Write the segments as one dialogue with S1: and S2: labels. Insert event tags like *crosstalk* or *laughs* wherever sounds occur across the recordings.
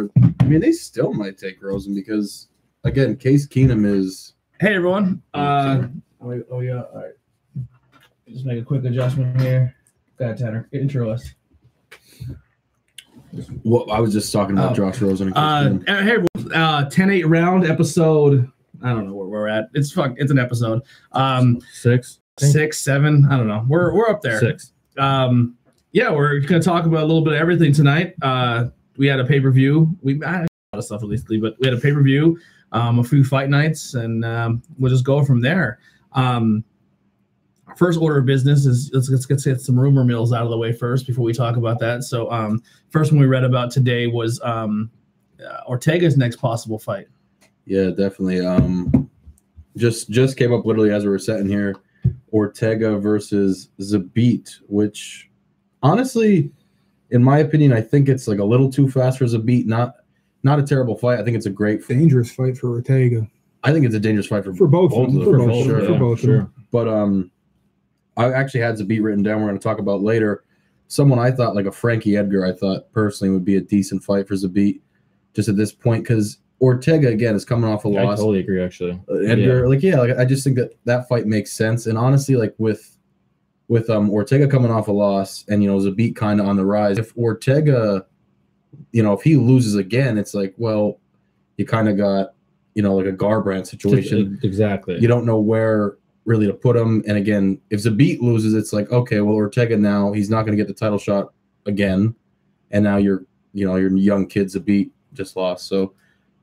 S1: I mean, they still might take Rosen because again, Case Keenum is
S2: Hey everyone. Uh, oh, oh yeah. All right. Just make a quick adjustment here. Got Tanner. Intro us.
S1: what I was just talking about
S2: Oh.
S1: Josh Rosen and Case
S2: Uh,
S1: Keenum.
S2: hey everyone. Uh, 10-8 round episode. I don't know where we're at. It's fuck. It's an episode. Um,
S3: Six.
S2: six, seven. I don't know. We're we're up there.
S3: Six.
S2: Um, yeah, we're gonna talk about a little bit of everything tonight. Uh, we had a pay per view. We I had a lot of stuff recently, but we had a pay per view, um, a few fight nights, and um, we'll just go from there. Um, first order of business is let's, let's get get some rumor mills out of the way first before we talk about that. So, um, first one we read about today was um, uh, Ortega's next possible fight.
S1: Yeah, definitely. Um, just just came up literally as we were sitting here. Ortega versus Zabit, which honestly, in my opinion, I think it's like a little too fast for Zabit. Not not a terrible fight. I think it's a great. Fight.
S4: dangerous fight for Ortega
S1: I think it's a dangerous fight for.
S4: for both,
S1: Both
S4: of them,
S1: of
S4: for
S1: them,
S4: both,
S1: sure,
S4: of them, for
S1: yeah,
S4: both of them.
S1: But um, I actually had Zabit written down. We're going to talk about later. Someone I thought like a Frankie Edgar. I thought personally would be a decent fight for Zabit. Just at this point, because Ortega again is coming off a
S3: I
S1: loss.
S3: totally agree. Actually,
S1: Uh, Edgar. Like, yeah, like I just think that that fight makes sense. And honestly, like with with um Ortega coming off a loss, and you know Zabit kind of on the rise. If Ortega, you know, if he loses again, it's like, well, you kind of got you know like a Garbrandt situation.
S3: uh, Exactly.
S1: You don't know where really to put him. And again, if Zabit loses, it's like, okay, well Ortega now he's not going to get the title shot again, and now you're you know your young kid Zabit just lost. So.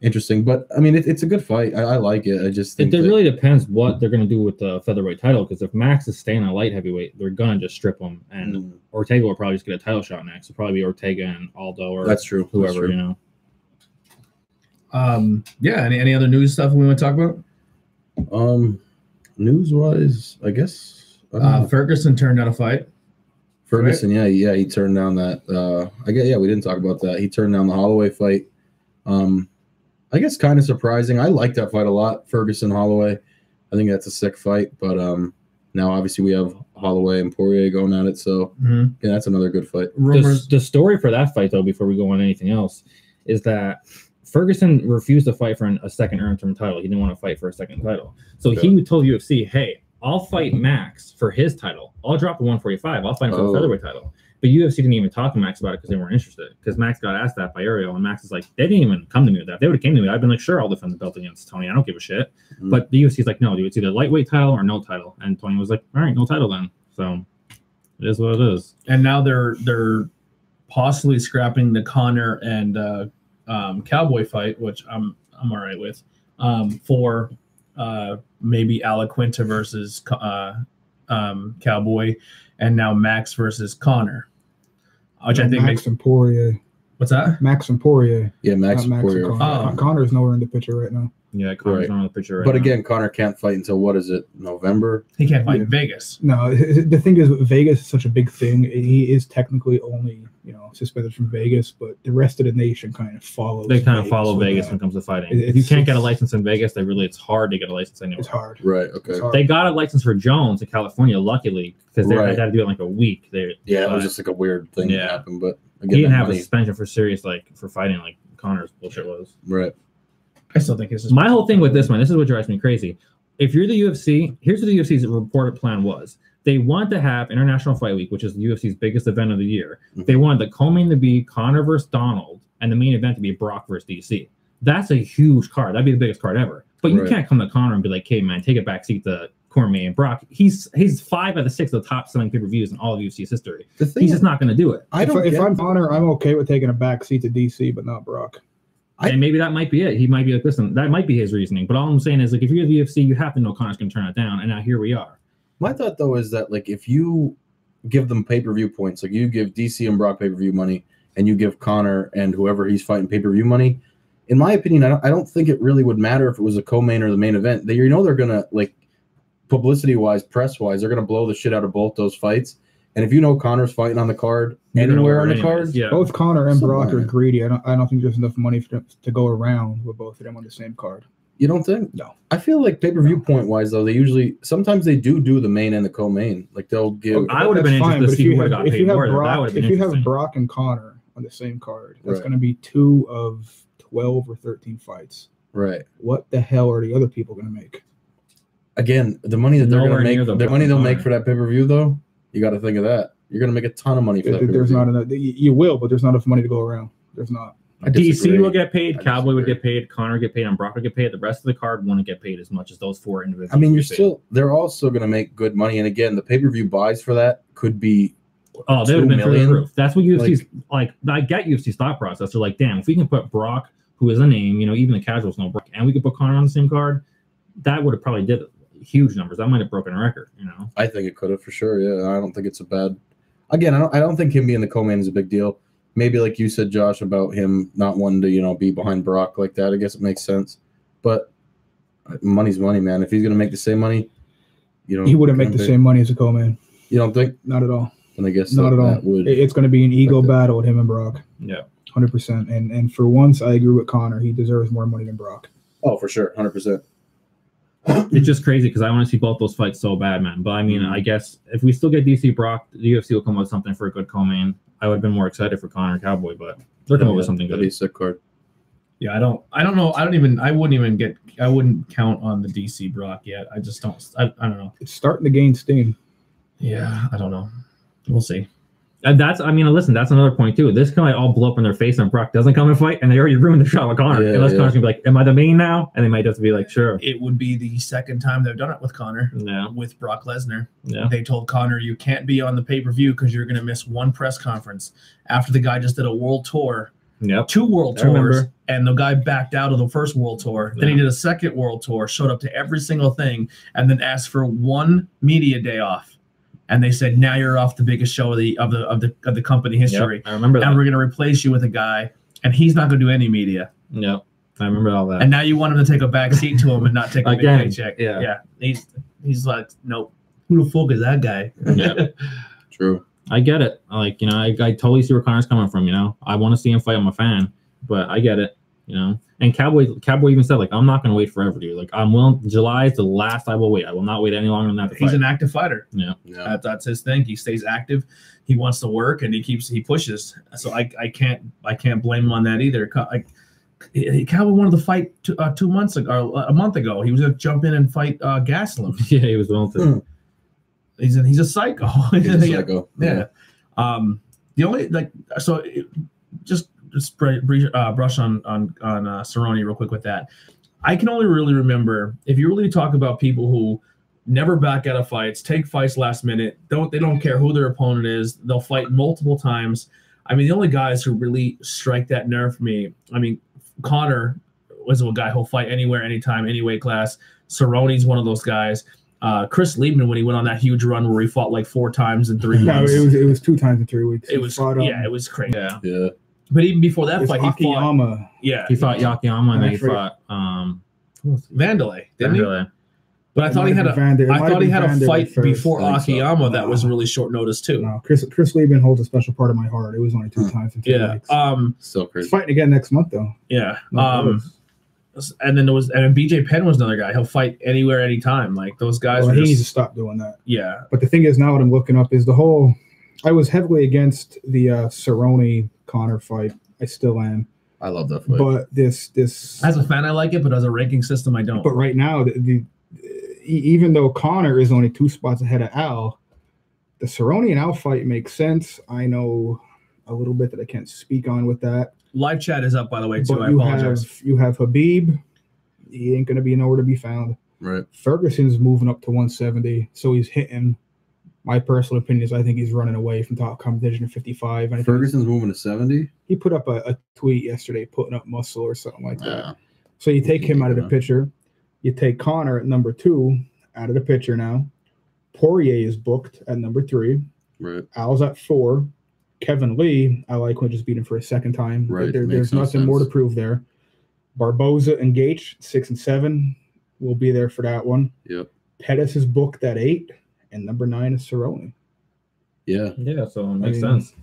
S1: Interesting, but I mean, it, it's a good fight. I, I like it. I just
S3: it,
S1: think
S3: it
S1: that-
S3: really depends what they're gonna do with the featherweight title. Because if Max is staying on light heavyweight, they're gonna just strip him, and
S1: Mm,
S3: Ortega will probably just get a title shot next. It'll probably be Ortega and Aldo or
S1: that's true.
S3: whoever
S1: That's true.
S3: you know.
S2: Um, yeah. Any any other news stuff we want to talk about?
S1: Um, news wise, I guess I don't
S2: Uh,
S1: know.
S2: Ferguson turned down a fight.
S1: Ferguson. Yeah, yeah, he turned down that. Uh, I guess yeah, we didn't talk about that. He turned down the Holloway fight. Um, I guess kind of surprising. I like that fight a lot, Ferguson Holloway. I think that's a sick fight. But um, now obviously we have Holloway and Poirier going at it, so
S2: Mhm.
S1: yeah, that's another good fight.
S2: Rumors.
S3: The, the story for that fight, though, before we go on anything else, is that Ferguson refused to fight for an, a second interim term title. He didn't want to fight for a second title, so he told UFC, "Hey, I'll fight Max for his title. I'll drop the 145. I'll fight him for
S1: Oh.
S3: the featherweight title." But UFC didn't even talk to Max about it because they weren't interested. Because Max got asked that by Ariel, and Max is like, "They didn't even come to me with that. If They would have came to me. I've been like, sure, I'll defend the belt against Tony. I don't give a shit."
S1: Mm.
S3: But the UFC's like, "No, dude, it's either lightweight title or no title." And Tony was like, "All right, no title then." So it is what it is.
S2: and now they're they're possibly scrapping the Connor and uh, um, Cowboy fight, which I'm I'm all right with, um, for uh, maybe Alaquinta versus Co- uh, um, Cowboy, and now Max versus Connor, which I think
S4: Max
S2: makes
S4: and Poirier.
S2: what's that?
S4: Max and Poirier.
S1: Yeah, Max,
S4: not Max
S1: Poirier.
S4: and Connor.
S2: Oh.
S4: Connor's nowhere in the picture right now.
S3: Yeah, Connor's
S1: Right.
S3: not on the picture right
S1: But
S3: now.
S1: again, Connor can't fight until what is it, November?
S2: He can't fight in
S4: Yeah.
S2: Vegas.
S4: No, *laughs* the thing is, Vegas is such a big thing. He is technically only you know suspended from Vegas, but the rest of the nation kind of follows.
S3: they kind of follow
S4: with
S3: Vegas
S4: that.
S3: when it comes to fighting.
S4: It-
S3: if you
S4: it's-
S3: can't get a
S4: it's-
S3: license in Vegas, they really it's hard to get a license anywhere.
S4: It's hard.
S1: Right. Okay.
S4: It's hard.
S3: They got a license for Jones in California, luckily, because they
S1: Right.
S3: had to do it in like a week. They
S1: Yeah, it
S3: but
S1: was just like a weird thing that
S3: Yeah.
S1: happened, but
S3: he didn't
S1: that
S3: have a
S1: money-
S3: suspension for serious like for fighting like Connor's bullshit was.
S1: right.
S2: I still think it's just
S3: My whole thing with this one, this is what drives me crazy. If you're the UFC, here's what the UFC's reported plan was. They want to have International Fight Week, which is the UFC's biggest event of the year.
S1: Mhm.
S3: They wanted the co-main to be Connor versus Donald, and the main event to be Brock versus DC. That's a huge card. That'd be the biggest card ever. But you
S1: Right.
S3: can't come to Connor and be like, "Hey, man, take a back seat to Cormier and Brock." He's he's five out of the six of the top selling pay per views in all of UFC's history.
S1: The thing
S3: He's
S1: is,
S3: just not going to do it.
S1: I
S4: if,
S1: don't.
S4: if
S1: get-
S4: I'm Connor, I'm okay with taking a back seat to DC, but not Brock.
S1: I-
S3: and maybe that might be it. He might be like, listen, that might be his reasoning. But all I'm saying is, like, if you're the UFC, you have to know Connor's going to turn it down. And now here we are.
S1: My thought though is that like if you give them pay per view points, like you give DC and Brock pay per view money, and you give Connor and whoever he's fighting pay per view money. In my opinion, I don't, I don't think it really would matter if it was a co-main or the main event. They, you know, they're gonna like publicity wise, press wise, they're gonna blow the shit out of both those fights. And if you know Connor's fighting on the card,
S3: You're gonna
S1: anywhere on
S3: win
S1: the
S3: anyways.
S1: card,
S3: yeah.
S4: Both Connor and
S1: Somewhere.
S4: Brock are greedy. I don't. I don't think there's enough money for them to go around with both of them on the same card.
S1: you don't think?
S4: No.
S1: I feel like pay per view point wise though, they usually sometimes they do do the main and the co-main. Like they'll give.
S3: I would've
S4: That's
S3: been interested to
S4: but if
S3: see
S4: you
S3: who
S4: have-
S3: would've got
S4: if
S3: paid
S4: you have
S3: more, though. That
S4: Brock-
S3: would've been
S4: If you have
S3: interesting.
S4: Brock and Connor, on the same card. That's
S1: Right.
S4: going to be two of twelve or thirteen fights.
S1: Right.
S4: What the hell are the other people going to make?
S1: Again, the money that they're going
S3: Nowhere
S1: to
S3: near
S1: make,
S3: the
S1: the, money they'll
S3: bottom
S1: make for that pay per view, though, you got to think of that. You're going to make a ton of money for
S4: There-
S1: that. pay-per-view.
S4: there's not enough. You you will, but there's not enough money to go around. There's not.
S1: I
S3: DC
S1: disagree.
S3: will get paid,
S1: I
S3: Cowboy would
S1: disagree.
S3: get paid, Connor would get paid, and Brock would get paid. The rest of the card wouldn't get paid as much as those four individuals.
S1: I mean, you're
S3: get paid.
S1: still. They're also going to make good money, and again, the pay per view buys for that could be
S3: oh, they
S1: two
S3: would have been through the
S1: million,
S3: roof. That's what UFC's like. I get UFC's thought process. They're like, damn, if we can put Brock, who is a name, you know, even the casuals know Brock, and we could put Connor on the same card, that would have probably did huge numbers. That might have broken a record, you know.
S1: I think it could have for sure. Yeah, I don't think it's a bad. Again, I don't. I don't think him being the co-man is a big deal. Maybe like you said, Josh, about him not wanting to, you know, be behind Brock like that. I guess it makes sense. But uh, money's money, man. If he's going to make the same money, you know,
S4: He wouldn't make the
S1: they-
S4: same money as a co-man.
S1: You don't think?
S4: Not at all.
S1: And I guess
S4: Not
S1: that-
S4: at all.
S1: that Would,
S4: It- It's going to be an ego
S1: Like that.
S4: battle with him and Brock.
S3: Yeah.
S4: hundred percent. And and for once, I agree with Connor. He deserves more money than Brock.
S1: oh, for sure, hundred percent.
S3: It's just crazy because I want to see both those fights so bad, man. But I mean,
S1: Mhm.
S3: I guess if we still get DC Brock, the UFC will come up with something for a good co-main. I would have been more excited for Connor and Cowboy, but they're coming up with something
S1: That'd be a
S3: good.
S1: sick card.
S2: Yeah, I don't. I don't know. I don't even. I wouldn't even get. I wouldn't count on the DC Brock yet. I just don't. I, I don't know.
S4: It's starting to gain steam.
S2: Yeah, I don't know. We'll see.
S3: And that's, I mean, listen, that's another point too. This can like all blow up in their face, and Brock doesn't come and fight, and they already ruined the shot with Connor.
S1: Yeah,
S3: Unless
S1: yeah.
S3: Connor's gonna be like, "Am I the main now?" and they might just be like, "Sure."
S2: It would be the second time they've done it with Connor,
S3: Yeah,
S2: with Brock Lesnar.
S3: yeah.
S2: They told Connor, "You can't be on the pay per view because you're going to miss one press conference." After the guy just did a world tour
S3: Yep.
S2: two world
S3: I remember.
S2: tours and the guy backed out of the first world tour then he
S3: Yeah.
S2: did a second world tour showed up to every single thing and then asked for one media day off and they said now you're off the biggest show of the of the of the, of the company history
S3: Yep. I remember
S2: and
S3: that.
S2: we're going to replace you with a guy and he's not going to do any media
S3: Yep. I remember all that.
S2: and now you want him to take a back seat to him and not take a big
S3: Again,
S2: paycheck
S3: yeah.
S2: yeah he's he's like nope who the fuck is that guy
S3: Yeah.
S1: True.
S3: I get it. Like, you know, I, I totally see where Connor's coming from. You know, I want to see him fight. I'm a fan, but I get it. You know, and Cowboy Cowboy even said like, I'm not gonna wait forever, dude. Like, I'm willing. July is the last I will wait. I will not wait any longer than that. To
S2: he's
S3: fight.
S2: an active fighter
S1: Yeah.
S2: That, that's his thing. He stays active. He wants to work, and he keeps he pushes. So I, I can't I can't blame him on that either. Co- I, he- Cowboy wanted to fight two, uh, two months ago, or a month ago. He was going to jump in and fight uh, Gaslam.
S3: *laughs* yeah, he was willing to.
S2: Mm.
S1: Hmm.
S2: He's a, he's a psycho. *laughs*
S1: He's a
S2: Yeah.
S1: psycho.
S2: Yeah. Um, the only like so, it- just just br- br- uh, brush on on on uh, Cerrone real quick with that. I can only really remember if you really talk about people who never back out of fights, take fights last minute, don't they don't care who their opponent is, they'll fight multiple times. I mean, the only guys who really strike that nerve for me, I mean, Connor was a guy who'll fight anywhere, anytime, any weight class. Cerrone's one of those guys. Uh, Chris Liebman, when he went on that huge run where he fought like four times in
S4: *laughs*
S2: three
S4: No,
S2: months,
S4: it was it was two times in three weeks.
S2: it was
S4: fought, um,
S2: yeah, it was crazy.
S3: Yeah,
S1: Yeah.
S2: But even before that
S4: it's
S2: fight, he fought
S4: Akiyama.
S2: yeah
S3: he fought Yakiyama and
S4: I
S3: then he
S4: forget-
S3: fought um.
S2: Vandalay, didn't he?
S3: Vandalay.
S2: But I
S4: It
S2: thought
S4: might
S2: he
S4: have
S2: had
S4: been
S2: a
S4: Vander- it
S2: I
S4: might have
S2: thought he
S4: been
S2: had a
S4: Vander
S2: fight
S4: first.
S2: before
S1: I think so.
S2: Akiyama that was
S4: No.
S2: really short notice too. Hmm.
S4: No, Chris Chris Lieben holds a special part of my heart. It was only two times in three
S2: Yeah.
S4: weeks.
S2: Um.
S1: So
S4: He's
S1: crazy.
S4: fighting again next month though.
S2: Yeah.
S4: Not
S2: Um.
S4: close.
S2: And then there was and BJ Penn was another guy. He'll fight anywhere, anytime. Like those guys.
S4: Well,
S2: are
S4: he needs
S2: just-
S4: to stop doing that.
S2: yeah.
S4: But the thing is, now what I'm looking up is the whole. I was heavily against the uh, Cerrone Connor fight. I still am,
S1: I love that fight.
S4: but this this.
S2: As a fan, I like it, but as a ranking system, I don't.
S4: But right now, the, the e- even though Connor is only two spots ahead of Al, the Cerrone and Al fight makes sense. I know a little bit that I can't speak on with that.
S2: Live chat is up by the way too.
S4: But
S2: I
S4: you
S2: apologize.
S4: have you have Habib. He ain't gonna be nowhere to be found.
S1: right.
S4: Ferguson's moving up to 170, so he's hitting. My personal opinion is I think he's running away from top competition at 55. And I think
S1: Ferguson's moving to seventy.
S4: he put up a, a tweet yesterday putting up muscle or something like that. So you take him out of the
S1: Yeah.
S4: picture. You take Connor at number two out of the picture now. Poirier is booked at number three.
S1: Right.
S4: Al's at four. Kevin Lee, I like when just beat him for a second time.
S1: Right,
S4: There-
S1: makes
S4: there's
S1: no
S4: nothing more to
S1: sense.
S4: prove there. Barboza and Gage, six and seven, will be there for that one.
S1: Yep.
S4: Pettis is booked at eight, and number nine is Cerrone.
S1: Yeah.
S3: Yeah, so it makes
S4: mean,
S3: sense.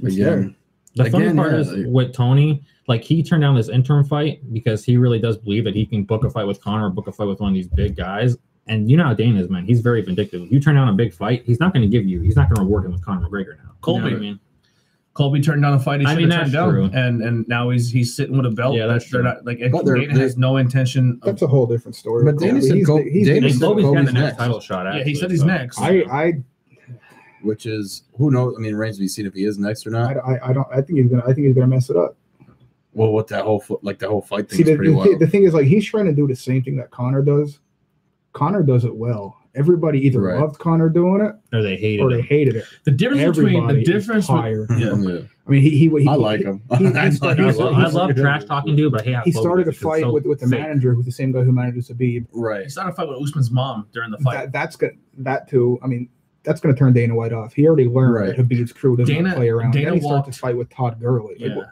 S4: It's
S1: Again,
S4: there.
S3: The funny
S1: Again,
S3: part
S1: yeah,
S3: is
S1: like-
S3: with Tony, like he turned down this interim fight because he really does believe that he can book a fight with Connor, or book a fight with one of these big guys. And you know how Dane is, man. He's very vindictive. You turn down a big fight, he's not going to give you. He's not going to reward him with Conor McGregor now. You know what
S2: Colby.
S3: I mean,
S2: Colby turned down a fight he
S3: I
S2: should
S3: mean,
S2: have turned
S3: that's true.
S2: down, and and now he's he's sitting with a belt.
S3: Yeah,
S2: Yeah,
S3: that's
S2: that's they're
S3: true.
S2: not like
S1: But they're-
S2: Dana has no intention of.
S4: That's a whole different story.
S1: But Dana
S4: Colby,
S1: said
S4: he's
S1: Col-
S4: the- he's
S1: Dana
S4: the-
S1: said
S3: Colby's got the
S1: Colby's
S3: next
S1: next.
S3: title shot.
S2: Yeah, he
S3: Actually,
S2: said he's
S3: so-
S2: next.
S4: I, I,
S1: which is who knows? I mean, Reigns will be seen if he is next or
S4: I,
S1: not.
S4: I, I don't. I think he's gonna. I think he's gonna mess it up.
S1: Well, what that whole fo- like the whole fight thing
S4: See,
S1: is
S4: the,
S1: pretty
S4: the,
S1: *laughs* wild.
S4: the thing is, like, he's trying to do the same thing that Connor does. Connor does it well. Everybody either
S1: Right.
S4: loved Connor doing it
S3: Or they hated
S4: or they
S3: him.
S4: hated it.
S2: The difference between
S4: Everybody
S2: the difference.
S4: is tired.
S2: Yeah.
S4: I mean, he, he, he
S1: I like him.
S4: he-
S1: *laughs*
S4: he-
S1: I like
S3: I
S1: him.
S3: love, I love trash talking dude, but hey, I
S4: He
S3: love
S4: started
S3: him
S4: a
S3: because it's
S4: fight
S3: so
S4: with, with the
S3: fake.
S4: manager, who's the same guy who manages Habib.
S2: He
S1: Right.
S2: started a fight with Usman's mom during the fight.
S4: That, that's good. That too. I mean, that's going to turn Dana White off. He already learned
S1: Right.
S4: that Habib's crew doesn't
S2: Dana-
S4: play around.
S2: Dana
S4: then he started
S2: walked-
S4: to fight with Todd Gurley.
S2: yeah.
S4: Like,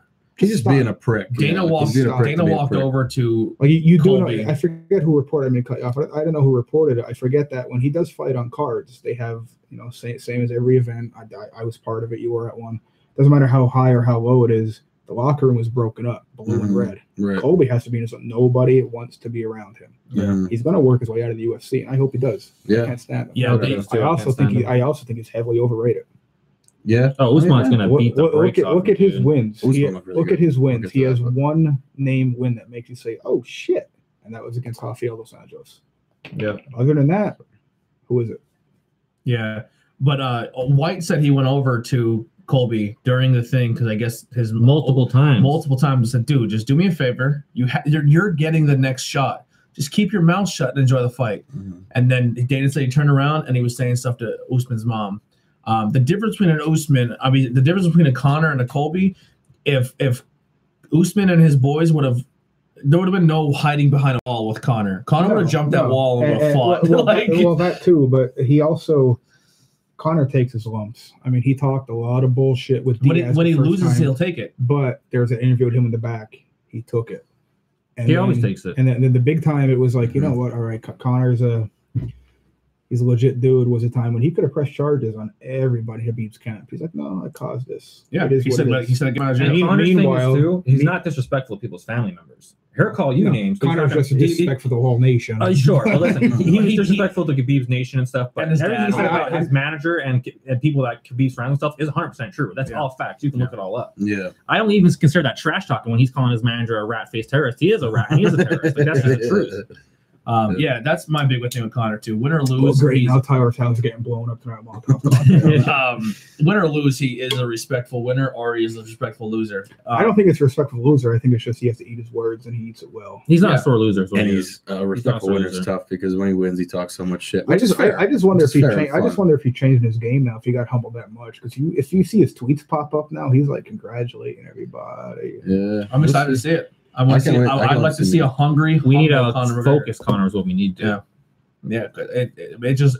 S1: He's just
S4: stop.
S1: being a prick.
S2: Dana
S1: yeah,
S2: walked.
S1: he's being a
S4: stop.
S1: prick to
S2: Dana
S1: be a
S2: walked
S1: prick.
S2: over to.
S4: Like you, you do.
S2: Colby.
S4: Know, I forget who reported. I mean, cut you off. I, I don't know who reported it. I forget that when he does fight on cards, they have you know same same as every event. I I, I was part of it. You were at one. Doesn't matter how high or how low it is. The locker room was broken up, blue and
S1: Mhm.
S4: red.
S1: Right.
S4: Colby has to be in this. Nobody wants to be around him.
S1: Yeah.
S4: He's going to work his way out of the UFC, and I hope he does. I
S1: Mm. Yeah.
S4: can't stand him.
S2: Yeah,
S1: Okay.
S2: they,
S3: I
S4: I also
S3: can't
S4: think he,
S3: stand
S4: I also think he's heavily overrated.
S1: Yeah.
S3: Oh, Usman's
S4: Yeah.
S3: gonna
S4: Look-
S3: beat the
S4: look, look
S3: brakes
S4: at,
S3: off
S4: look
S3: him,
S4: at his
S3: dude.
S4: wins.
S1: Usman
S4: He-
S1: looked really
S4: look
S1: good.
S4: at his wins.
S1: get to
S4: he
S1: that,
S4: has
S1: but-
S4: one name win that makes you say, "Oh shit," and that was against Rafael dos Anjos.
S2: Yeah.
S4: Other than that, who is it?
S2: yeah, but uh, White said he went over to Colby during the thing because I guess his
S3: multiple times.
S2: multiple times and said, "Dude, just do me a favor. You ha- you're, you're getting the next shot. Just keep your mouth shut and enjoy the fight."
S1: Mhm.
S2: And then Dana said he turned around and he was saying stuff to Usman's mom. Um, the difference between an Usman, I mean, the difference between a Connor and a Colby, if if Usman and his boys would have, there would have been no hiding behind a wall with Connor. Connor
S4: No,
S2: would have jumped that
S4: no.
S2: wall and would have
S4: well,
S2: fought. *laughs*
S4: well,
S2: like,
S4: that, well, that too, but he also Connor takes his lumps. I mean, he talked a lot of bullshit with
S2: when he,
S4: Diaz
S2: when
S4: the
S2: he
S4: first
S2: loses,
S4: time,
S2: he'll take it.
S4: But there was an interview with him in the back. He took it. And
S3: he always
S4: then-
S3: takes it. Mm-hmm.
S4: And then, then the big time, it was like, you know what? All right, Co- Connor's a he's a legit dude. Was a time when he could have pressed charges on everybody Habib's camp. He's like, no, I caused this.
S2: Yeah,
S4: it is
S2: he
S4: what
S2: said,
S4: it
S2: but
S4: is."
S2: he said, "Get out of
S3: And
S2: jail."
S3: the Connor's thing is
S4: meanwhile-
S3: too, he's
S4: me-
S3: not disrespectful of people's family members. Here call you
S4: No,
S3: names. but he's
S4: Connor's
S3: not gonna-
S4: just
S3: he- he-
S4: disrespectful to the whole nation.
S3: Uh, sure, but
S4: *laughs*
S3: listen, he, he was
S2: He- he-
S3: disrespectful to Khabib's nation and stuff. But
S2: And his
S3: everything he
S2: dad.
S3: said about
S4: I- I-
S3: his manager and, and people that Khabib's friends and stuff is 100 percent true. That's
S2: Yeah.
S3: all facts. You can look it all up.
S1: Yeah.
S3: I don't even consider that trash talking when he's calling his manager a rat faced terrorist. He is a rat. He is a terrorist. Like, that's just the truth.
S2: Um, yeah, that's my big thing with Connor too. Win or
S4: Oh,
S2: lose,
S4: great.
S2: he's-
S4: Now Tyler Town's getting blown
S3: *laughs*
S4: up tonight. Molotov cocktail.
S2: um, win or lose, he is a respectful winner or he is a respectful loser. Uh,
S4: I don't think it's a respectful loser. I think it's just he has to eat his words and he eats it well.
S3: He's not
S2: Yeah.
S3: a sore loser. is what
S1: And
S3: he
S1: he's
S3: is.
S1: uh,
S3: not a
S1: respectful winner's
S3: loser.
S1: tough because when he wins, he talks so much shit.
S4: I
S1: which is
S4: just, I,
S1: fair.
S4: I just wonder
S1: Which
S4: if
S1: is
S4: he,
S1: fair and
S4: changed. I just
S1: fun.
S4: wonder if he changed his game now. If he got humbled that much, because you, if you see his tweets pop up now, he's like congratulating everybody.
S1: Yeah.
S2: I'm excited to see it. I
S1: I
S2: want to
S1: can't wait-
S2: see. I,
S1: I
S2: I'd
S1: can't
S2: like to
S1: see
S2: see
S1: it.
S2: a hungry.
S3: We need
S2: humble
S3: to
S2: Conor McGregor.
S3: focus. Connor is what we need. to.
S2: Yeah. Yeah, 'cause it, it, it just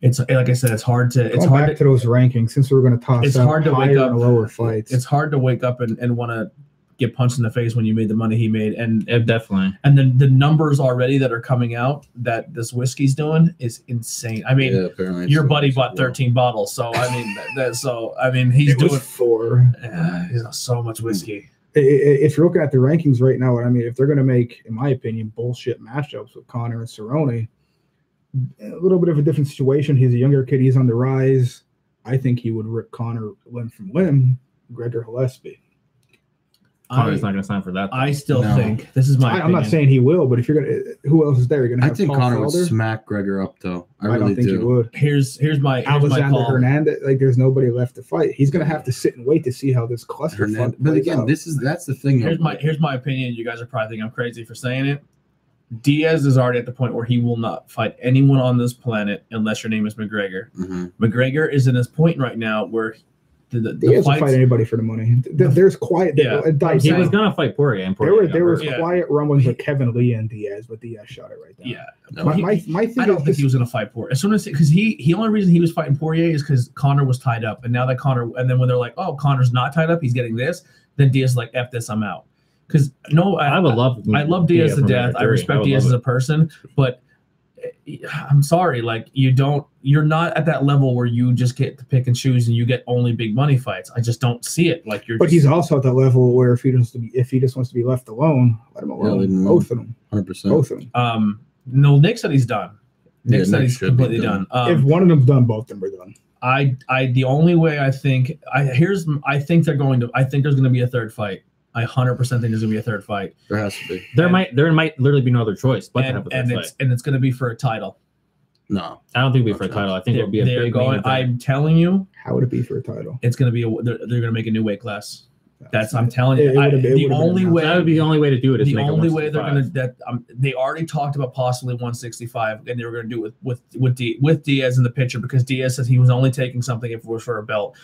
S2: it's like I said, it's hard to it's
S4: Going
S2: hard
S4: back
S2: to,
S4: to those rankings, since we were going to toss
S2: It's
S4: out
S2: hard to wake
S4: higher
S2: up.
S4: and lower fights.
S2: it's hard to wake up and, and want to get punched in the face when you made the money he made and
S3: Yeah, definitely.
S2: and then the numbers already that are coming out that this whiskey's doing is insane. I mean,
S1: yeah, apparently it's
S2: your
S1: so
S2: buddy
S1: much
S2: bought
S1: well.
S2: 13 bottles, so I mean, that, that- so I mean, he's
S4: it
S2: doing
S4: was four.
S2: uh, *sighs* he's got so much whiskey.
S4: I- I- If you're looking at the rankings right now, I mean, if they're going to make, in my opinion, bullshit matchups with Connor and Cerrone, a little bit of a different situation. He's a younger kid. He's on the rise. I think he would rip Connor limb from limb. Gregor Gillespie.
S2: I,
S3: Connor's not going to sign for that. though.
S2: I still
S1: No.
S2: think this is my.
S4: I, am not
S2: opinion.
S4: saying he will, but if you're gonna, who else is there? You're gonna
S1: I
S4: have
S1: think
S4: Paul
S1: Connor would
S4: Felder?
S1: smack Gregor up, though. I
S4: I
S1: really
S4: don't think he
S1: do.
S4: would.
S2: here's here's my here's my
S4: Alexander
S2: call.
S4: Hernandez, like there's nobody left to fight. He's gonna have to sit and wait to see how this cluster.
S1: Hernandez, but again, this is that's the thing. though.
S2: Here's my here's my opinion. You guys are probably thinking I'm crazy for saying it. Diaz is already at the point where he will not fight anyone on this planet unless your name is McGregor.
S1: Mhm.
S2: McGregor is in his point right now where the, the,
S4: he
S2: the
S4: has to fight
S2: fights.
S4: anybody for the money. Th- There's quiet.
S2: Yeah.
S4: uh, Diaz-
S3: he
S2: saying-
S3: was going to fight Poirier. And
S4: there
S3: Poirier
S4: were
S3: got
S4: there was
S3: hurt.
S2: Yeah.
S4: quiet rumblings with Kevin Lee and Diaz, but Diaz shot it right down.
S2: Yeah,
S1: No.
S4: My,
S2: He-
S4: my, my thing
S2: I don't
S4: is
S2: think
S4: this,
S2: he was going to fight Poirier. As soon as because he he only reason he was fighting Poirier is because Connor was tied up, and now that Connor and then when they're like, oh, Connor's not tied up, he's getting this. Then Diaz is like, f this, I'm out. Because no,
S3: I would love.
S2: I love Diaz to
S3: from
S2: death. I
S3: Fury.
S2: respect
S3: would
S2: Diaz
S3: love
S2: as
S3: it.
S2: a person, but eh, I'm sorry, like you don't, you're not at that level where you just get to pick and choose and you get only big money fights. I just don't see it. Like you're,
S4: but
S2: just-
S4: he's also at that level where if he just to be if he just wants to be left alone, let him alone.
S1: leave him alone.
S4: both of them,
S1: 100%.
S4: both of them.
S2: um, no, Nick said he's done. Nick
S1: Yeah,
S2: said
S1: Nick
S2: he's
S1: should be
S2: completely done.
S4: if
S2: Um,
S4: one of them's done, both of them are done.
S2: I I the only way I think I here's I think they're going to I think there's going to be a third fight. I hundred percent think there's going to be a third fight,
S1: There has to be.
S3: There
S2: And-
S3: might there might literally be no other choice but to
S2: and,
S3: have a third
S2: and
S3: fight.
S2: it's and it's going to be for a title.
S1: No.
S3: I don't think it'll be for a
S1: Okay.
S3: title. I think it'll be a
S2: they're
S3: big main
S2: going.
S3: event.
S2: I'm telling you,
S4: How would it be for a title?
S2: it's going to be. A, they're they're going to make a new weight class. That's I'm telling you.
S4: It- it
S2: I,
S4: would've- it
S2: the
S4: would've been
S2: only
S4: announced.
S2: way
S3: that would be the only way to do it. Is
S2: the
S3: make it
S2: only way they're
S3: 165.
S2: going to that um, they already talked about possibly 165 and they were going to do it with with with, D, with Diaz in the picture because Diaz says he was only taking something if it was for a belt.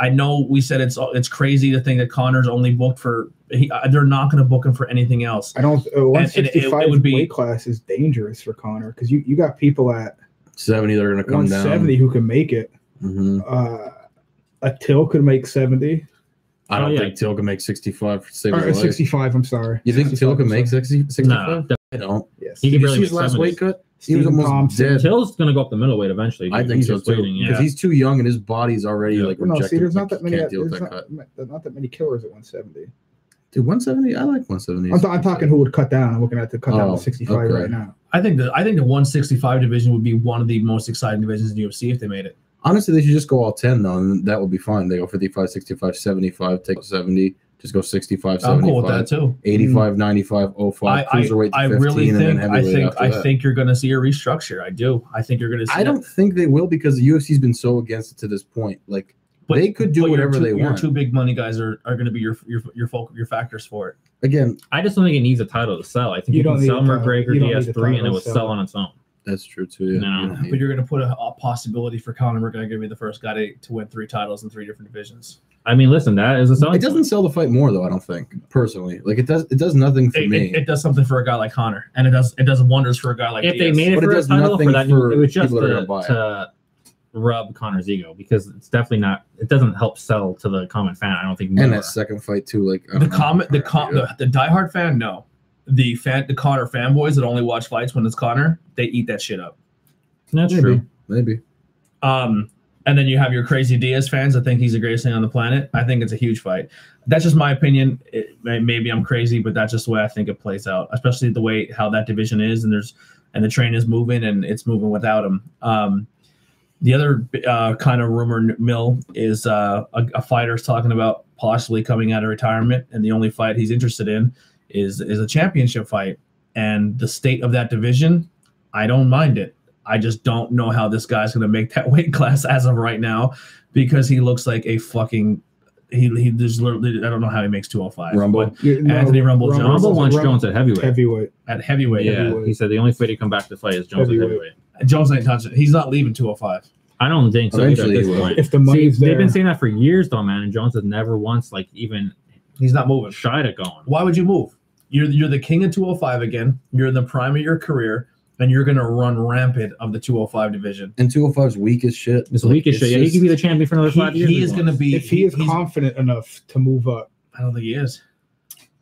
S2: I know we said it's it's crazy to think that Connor's only booked for he, uh, they're not going to book him for anything else.
S4: I don't. Uh,
S2: And- and it- it
S4: 165
S2: would be-
S4: weight class is dangerous for Connor because you, you got people at
S1: 70 they're gonna come down.
S4: 170 who can make it.
S1: Mhm.
S4: Uh, a Till could make 70
S1: I don't
S3: Oh, yeah.
S1: think Till can make 65 to save
S4: or
S1: his life.
S4: 65. I'm sorry.
S1: You think Till can make 60, 65?
S3: No, def-
S1: I don't.
S4: Yes.
S3: He
S1: Did
S3: can
S1: you
S3: barely
S1: see his
S3: make
S1: last
S3: 70s.
S1: weight cut? He was
S4: Stephen
S1: almost
S4: Thompson.
S1: dead.
S3: Till's going to go up the middleweight eventually.
S1: I
S3: dude.
S1: think
S3: He's
S1: so
S3: just
S1: too.
S3: waiting,
S1: Because
S3: yeah.
S1: he's too young and his body's already
S3: Yeah.
S1: like
S4: no, see,
S1: rejected.
S4: there's
S1: like,
S4: not that
S1: he
S4: many.
S1: Can't deal with
S4: There's
S1: that
S4: not,
S1: cut.
S4: there's not that many killers at 170.
S1: Dude, 170. I like 170.
S4: I'm, ta- I'm talking who would cut down. I'm looking at the cut down
S1: Oh,
S4: to 65
S1: okay.
S4: right now.
S2: I think the I think the 165 division would be one of the most exciting divisions in UFC if they made it.
S1: Honestly, they should just go all 10, though, and that would be fine. They go 55, 65, 75, take 70, just go 65,
S2: I'm
S1: 75,
S2: cool with that too.
S1: 85, 95, 05,
S2: I,
S1: cruiserweight to
S2: I, I
S1: 15,
S2: really
S1: and then
S2: think I
S1: heavyweight
S2: think
S1: after
S2: I
S1: that.
S2: think you're going to see a restructure. I do. I think you're going to see
S1: I don't think they will because the UFC's been so against it to this point. Like,
S2: But-
S1: they could do
S2: but your
S1: whatever
S2: two-
S1: they
S2: Your
S1: want.
S2: two big money guys are, are going to be your your your folk, your factors for it.
S1: again,
S3: I just don't think it needs a title to sell. I think
S4: You
S3: you,
S4: don't
S3: can
S4: need
S3: sell
S4: a title.
S3: McGregor
S4: You don't need a
S3: DS3 and it
S4: title
S3: will
S4: to sell.
S3: sell on its own.
S1: that's true too. Yeah.
S3: No.
S1: You don't need-
S2: But you're going to put a, a possibility for Conor McGregor to be the first guy to, to win three titles in three different divisions.
S3: I mean, listen, that is a selling.
S1: it doesn't sell the fight more though. I don't think personally. Like it does. It does nothing for
S2: It,
S1: me.
S2: it, it does something for a guy like Conor, and it does it does wonders for a guy like
S3: point. if they
S2: Diaz.
S3: made it
S1: But it
S3: for a
S1: does
S3: title
S1: nothing
S3: for that,
S1: for
S3: it was just
S1: people that are gonna
S3: to,
S1: buy it.
S3: to rub Connor's ego because it's definitely not. It doesn't help sell to the common fan. I don't think.
S1: and
S3: more.
S1: that second fight too. Like I
S2: the
S1: don't know.
S2: comment the com- the, the diehard fan no, the fan the Conor fanboys that only watch fights when it's Conor they eat that shit up.
S3: That's
S1: Maybe.
S3: true.
S1: Maybe.
S2: Um, and then you have your crazy Diaz fans that think he's the greatest thing on the planet. I think it's a huge fight. That's just my opinion. It, may- maybe I'm crazy, but that's just the way I think it plays out. Especially the way how that division is, and there's and the train is moving, and it's moving without him. Um, the other uh, kind of rumor n- mill is uh, a, a fighter's talking about possibly coming out of retirement, and the only fight he's interested in is is a championship fight. And the state of that division, I don't mind it. I just don't know how this guy's going to make that *laughs* weight class as of right now because he looks like a fucking he he there's literally I don't know how he makes 205.
S1: Rumble.
S2: but
S4: You- no,
S2: Anthony Rumble Jones.
S3: Rumble wants
S4: Rumble-
S3: Jones at heavyweight.
S4: heavyweight.
S2: at heavyweight,
S3: Yeah,
S4: Heavyweight.
S3: he said the only way to come back to fight is Jones at
S4: Heavyweight.
S3: heavyweight.
S2: Jones ain't touching. it. He's not leaving 205.
S3: I don't think so. either at
S1: Eventually
S3: this
S1: he will.
S3: point.
S4: If the
S3: See,
S4: money's
S3: they've
S4: there-
S3: been saying that for years, though, man. And Jones has never once like even
S2: He's not moving.
S3: shied at going.
S2: Why would you move? You're you're the king of 205 again. You're in the prime of your career, and you're going to run rampant of the 205 division.
S1: And 205's weak as oh shit.
S3: It's
S1: Like,
S3: weak as
S1: it's
S3: shit. Yeah, he
S1: just-
S3: could be the champion for another
S2: He,
S3: five years.
S2: he is going to
S3: wants.
S2: be.
S4: If he is
S2: he's-
S4: confident enough to move up,
S2: I don't think he is.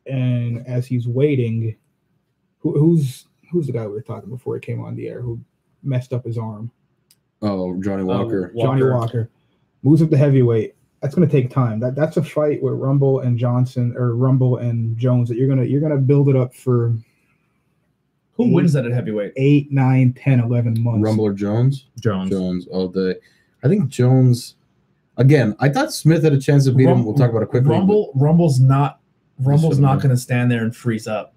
S4: and as he's waiting, who, who's who's the guy we were talking before he came on the air who messed up his arm?
S1: Oh, Johnny Walker.
S4: Johnny Walker moves up to heavyweight. That's going to take time. That that's a fight with Rumble and Johnson or Rumble and Jones that you're gonna you're gonna build it up for
S2: Who
S4: He-
S2: wins that at heavyweight?
S4: eight, nine, ten, eleven months.
S1: Rumble or Jones?
S3: Jones.
S1: Jones all day. I think Jones. Again, I thought Smith had a chance to beat him.
S2: Rum-
S1: We'll talk about it quickly. but
S2: Rumble Rumble's not Rumble's
S1: Listen,
S2: not
S1: man.
S2: going to stand there and freeze up.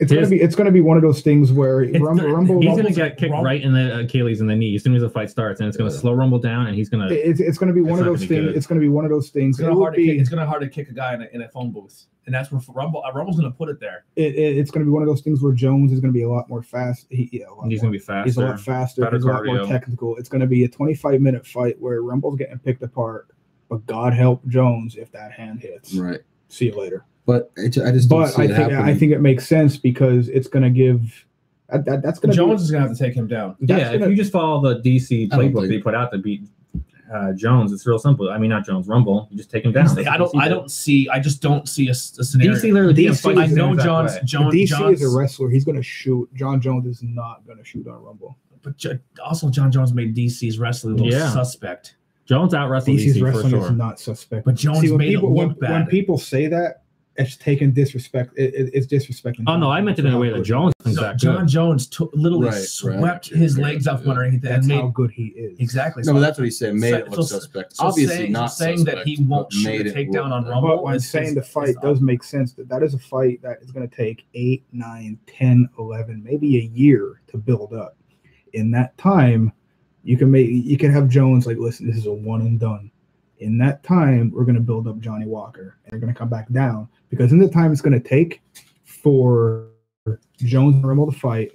S4: It's gonna
S3: His-
S4: be it's gonna be one of those things where
S2: It's
S4: Rumble,
S2: the-
S4: Rumble,
S3: He's
S4: Rumble
S3: gonna get kicked
S2: Rumble-
S3: right in the Achilles and the knee as soon as the fight starts, and it's gonna
S1: Yeah.
S3: slow rumble down, and he's gonna.
S4: it's it's gonna be one
S3: It's
S4: of
S3: not
S4: those
S3: gonna be
S4: things.
S3: good.
S4: It's gonna be one of those things.
S2: It's gonna
S4: It would
S2: hard to
S4: be-
S2: kick, it's gonna hard to kick a guy in a, in a phone booth, and that's where Rumble uh, Rumble's gonna put it there.
S4: it, it- it's going to be one of those things where Jones is going to be a lot more fast. He, yeah, a lot
S3: he's
S4: more-
S3: gonna be faster.
S4: he's a lot faster.
S3: better
S4: He's a lot more
S3: cardio.
S4: technical. It's going to be a 25 minute fight where Rumble's getting picked apart, but God help Jones if that hand hits.
S1: Right.
S4: See you later.
S1: But I ju- I just don't
S4: But
S1: see
S4: I
S1: it
S4: think
S1: happening.
S4: I think it makes sense because it's going to give that, that that's going to
S2: Jones is gonna have to take him down.
S4: Be, that's
S3: yeah,
S4: gonna-
S3: if you just follow the DC
S1: I don't
S3: playbook
S1: think-
S3: they put out to beat uh, Jones, it's real simple. I mean, not Jones, Rumble. You just take him down.
S2: I don't I don't see I just don't see a, s- a scenario.
S3: DC literally didn't
S4: DC
S3: fight
S2: I
S3: the same
S2: know
S3: exact
S2: John's
S3: way.
S2: John,
S4: DC
S2: John's
S4: is a wrestler. He's going to shoot. John Jones is not going to shoot on Rumble.
S2: but Jo- also John Jones made DC's wrestling a little
S3: Yeah.
S2: suspect.
S3: Jones out wrestled
S4: DC's
S3: DC for
S4: wrestling
S3: sure.
S4: is not suspect.
S2: But Jones
S4: See, when
S2: made
S4: people
S2: it
S4: when,
S2: look
S4: when
S2: bad.
S4: people say that, it's taking disrespect. It, it, it's disrespecting.
S3: Oh no, I meant it in a way that Jones thinks
S2: So
S3: that
S2: John
S3: good.
S2: Jones to literally
S1: Right, right.
S2: swept his
S1: Yeah,
S2: legs off
S1: yeah.
S2: one underneath the head.
S4: That's
S2: and
S4: how
S2: Made,
S4: good he is.
S2: exactly.
S1: No, but that's what he's saying. Made
S2: So-
S1: it look
S2: so-
S1: suspect.
S2: so
S1: Obviously
S2: saying-
S1: not
S2: saying that
S1: suspect,
S2: he won't
S1: but
S2: shoot
S1: made
S2: a
S1: it
S2: takedown
S1: look
S2: on
S1: that.
S2: Rumble.
S4: But when
S2: It's just-
S4: saying the fight
S2: it's
S4: does make sense, that that is a fight that is going to take eight, nine, 10, 11, maybe a year to build up. In that time, you can make you can have Jones like, listen, this is a one and done. In that time, we're going to build up Johnny Walker and they're going to come back down because in the time it's going to take for Jones and Rimmel to fight,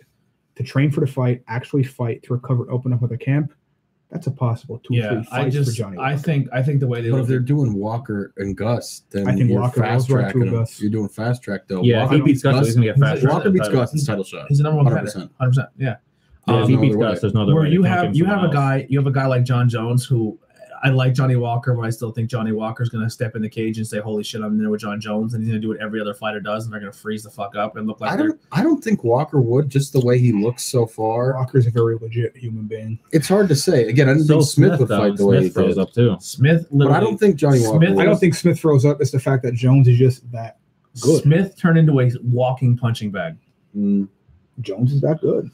S4: to train for the fight, actually fight to recover, open up with a camp. That's a possible two,
S2: Yeah,
S4: three fights
S2: I
S4: for
S2: just
S4: Johnny.
S2: I think I think the way they
S1: But if
S2: look
S1: they're
S2: at
S1: doing Walker and Gus, then
S4: I think
S1: you're
S4: Walker
S1: fast
S4: was right
S1: tracking
S4: too,
S1: him.
S4: Gus.
S1: You're doing fast track though.
S3: Yeah, if
S1: Walker,
S3: he beats Gus, he's gonna get
S2: Gus-
S3: faster.
S1: Walker beats Gus. It's
S2: He's-
S1: title shot.
S2: his number one
S1: Hundred
S2: contender.
S1: percent.
S2: Hundred percent. Yeah.
S3: Yeah, if he
S1: Um,
S3: beats
S1: no other
S3: Gus,
S1: way.
S3: there's no other
S2: where
S3: way.
S2: you
S3: They can't give
S2: have
S3: him
S2: you have a
S3: someone else.
S2: guy you have a guy like John Jones who I like Johnny Walker, but I still think Johnny Walker's gonna step in the cage and say, "Holy shit, I'm in there with John Jones," and he's gonna do what every other fighter does, and they're gonna freeze the fuck up and look like
S1: I
S2: they're
S1: don't. I don't think Walker would. Just the way he looks so far,
S4: Walker's a very legit human being.
S1: it's hard to say. Again, I didn't
S3: Still
S1: think Smith, would
S3: though,
S1: fight the way
S3: Smith
S1: he
S3: throws
S1: did.
S3: up too.
S2: Smith.
S1: But
S2: Literally,
S1: I don't think Johnny
S2: Smith-
S1: Walker.
S2: I
S1: would.
S4: I don't think Smith throws up. It's the fact that Jones is just that. good.
S2: Smith turned into a walking punching bag.
S1: Mm,
S4: Jones is that good.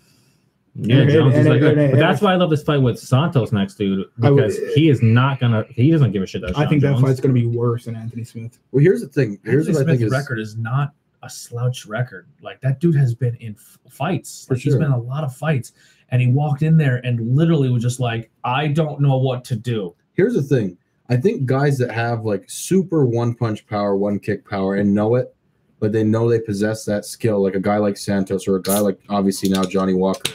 S3: Yeah,
S4: And-
S3: Jones is
S4: and-
S3: like that.
S4: and- and-
S3: but that's why I love this fight with Santos next, dude,
S4: I would-
S3: because he is not gonna. He doesn't give a shit. That
S4: I think
S3: Jones.
S4: that fight's going to be worse than Anthony Smith.
S1: well, here's the thing. Here's
S2: Anthony
S1: what I think
S2: Smith's
S1: is.
S2: record is not a slouch record. Like that dude has been in f- fights.
S1: For
S2: Like, He's
S1: sure.
S2: been in a lot of fights, and he walked in there and literally was just like, "I don't know what to do."
S1: Here's the thing. I think guys that have like super one punch power, one kick power, and know it, but they know they possess that skill, like a guy like Santos or a guy like obviously now Johnny Walker.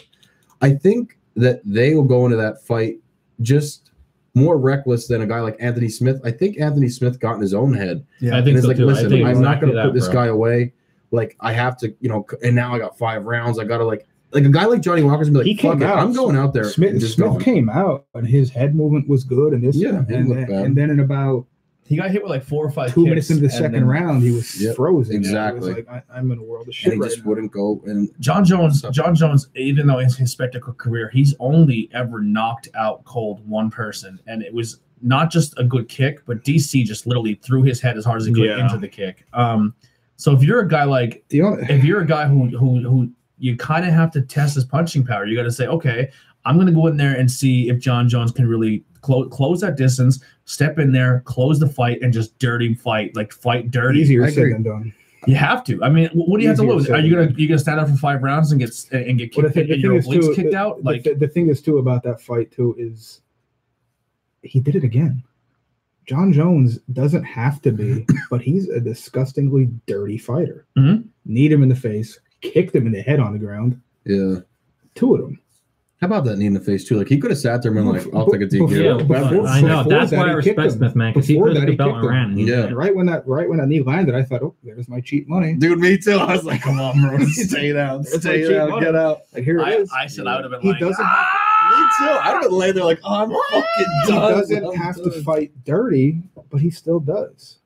S1: I think that they will go into that fight just more reckless than a guy like Anthony Smith. I think Anthony Smith got in his own head
S3: I
S1: and
S3: think
S1: it's
S3: so
S1: like,
S3: too. I
S1: listen,
S3: think
S1: I'm not
S3: exactly
S1: going to put
S3: that,
S1: this
S3: bro.
S1: guy away. Like, I have to, you know, c- and now I got five rounds. I got to like, like a guy like Johnny Walker's gonna be
S4: He
S1: like, fuck
S4: came
S1: it,
S4: out.
S1: I'm going out there.
S4: Smith,
S1: and just
S4: Smith
S1: going.
S4: came out and his head movement was good, and this,
S1: Yeah, he
S4: and,
S1: looked
S4: then,
S1: bad.
S4: and then in about
S2: He got hit with like four or five.
S4: two
S2: kicks,
S4: minutes into the
S2: and
S4: second
S2: then
S4: round, he was
S1: Yep,
S4: frozen. It was
S1: exactly.
S4: like, I, I'm in a world of
S1: and
S4: shit
S1: he
S4: right
S1: just
S4: now.
S1: wouldn't go. And
S2: John Jones, John Jones, even though in his spectacle career, he's only ever knocked out cold one person, and it was not just a good kick, but DC just literally threw his head as hard as he could
S3: Yeah.
S2: into the kick. Um, so if you're a guy like
S4: You know,
S2: if you're a guy who who who you kind of have to test his punching power. You got to say, okay, I'm going to go in there and see if John Jones can really close close that distance, step in there, close the fight, and just dirty fight, like fight dirty.
S4: easier
S1: I
S4: said
S1: agree.
S4: than done.
S2: You have to. I mean, wh- what do you have to
S4: Easier
S2: lose?
S4: said
S2: Are you
S4: than
S2: gonna you gonna stand up for five rounds and get s- and get
S4: Well,
S2: kicked, and your obliques kicked
S4: the-
S2: out?
S4: the-
S2: Like
S4: the, thing is too about that fight too is he did it again. John Jones doesn't have to be,
S2: *clears throat*
S4: but he's a disgustingly dirty fighter.
S2: Mhm.
S4: Need him in the face, kicked him in the head on the ground.
S1: yeah,
S4: Two of them.
S1: how about that knee in the face too? Like he could have sat there and been like,
S4: Bef-
S1: "I'll take a
S4: bef-
S1: DQ."
S3: Yeah,
S4: Before-
S3: but I know.
S4: before
S3: That's
S4: that,
S3: why I
S4: he
S3: respect
S4: kicked him.
S3: Smith, man, because he
S4: Before
S3: put
S4: that,
S3: the
S4: he
S3: belt
S4: kicked him.
S3: around.
S1: Yeah.
S4: And right when that, right when that knee landed, I thought, "Oh, there's my cheap money."
S1: Dude, me too. I was like, "Come on, *laughs* bro, stay down,
S4: It's like cheap money.
S1: out."
S4: Like here it
S2: I,
S4: is.
S2: I said, I would have been
S4: He
S2: like,
S4: doesn't-
S1: Me
S2: "Ah!"
S1: too. I've been laying there like, "Oh, I'm
S4: he
S1: fucking done."
S4: doesn't
S1: I'm
S4: have to
S1: done.
S4: fight dirty, but he still does.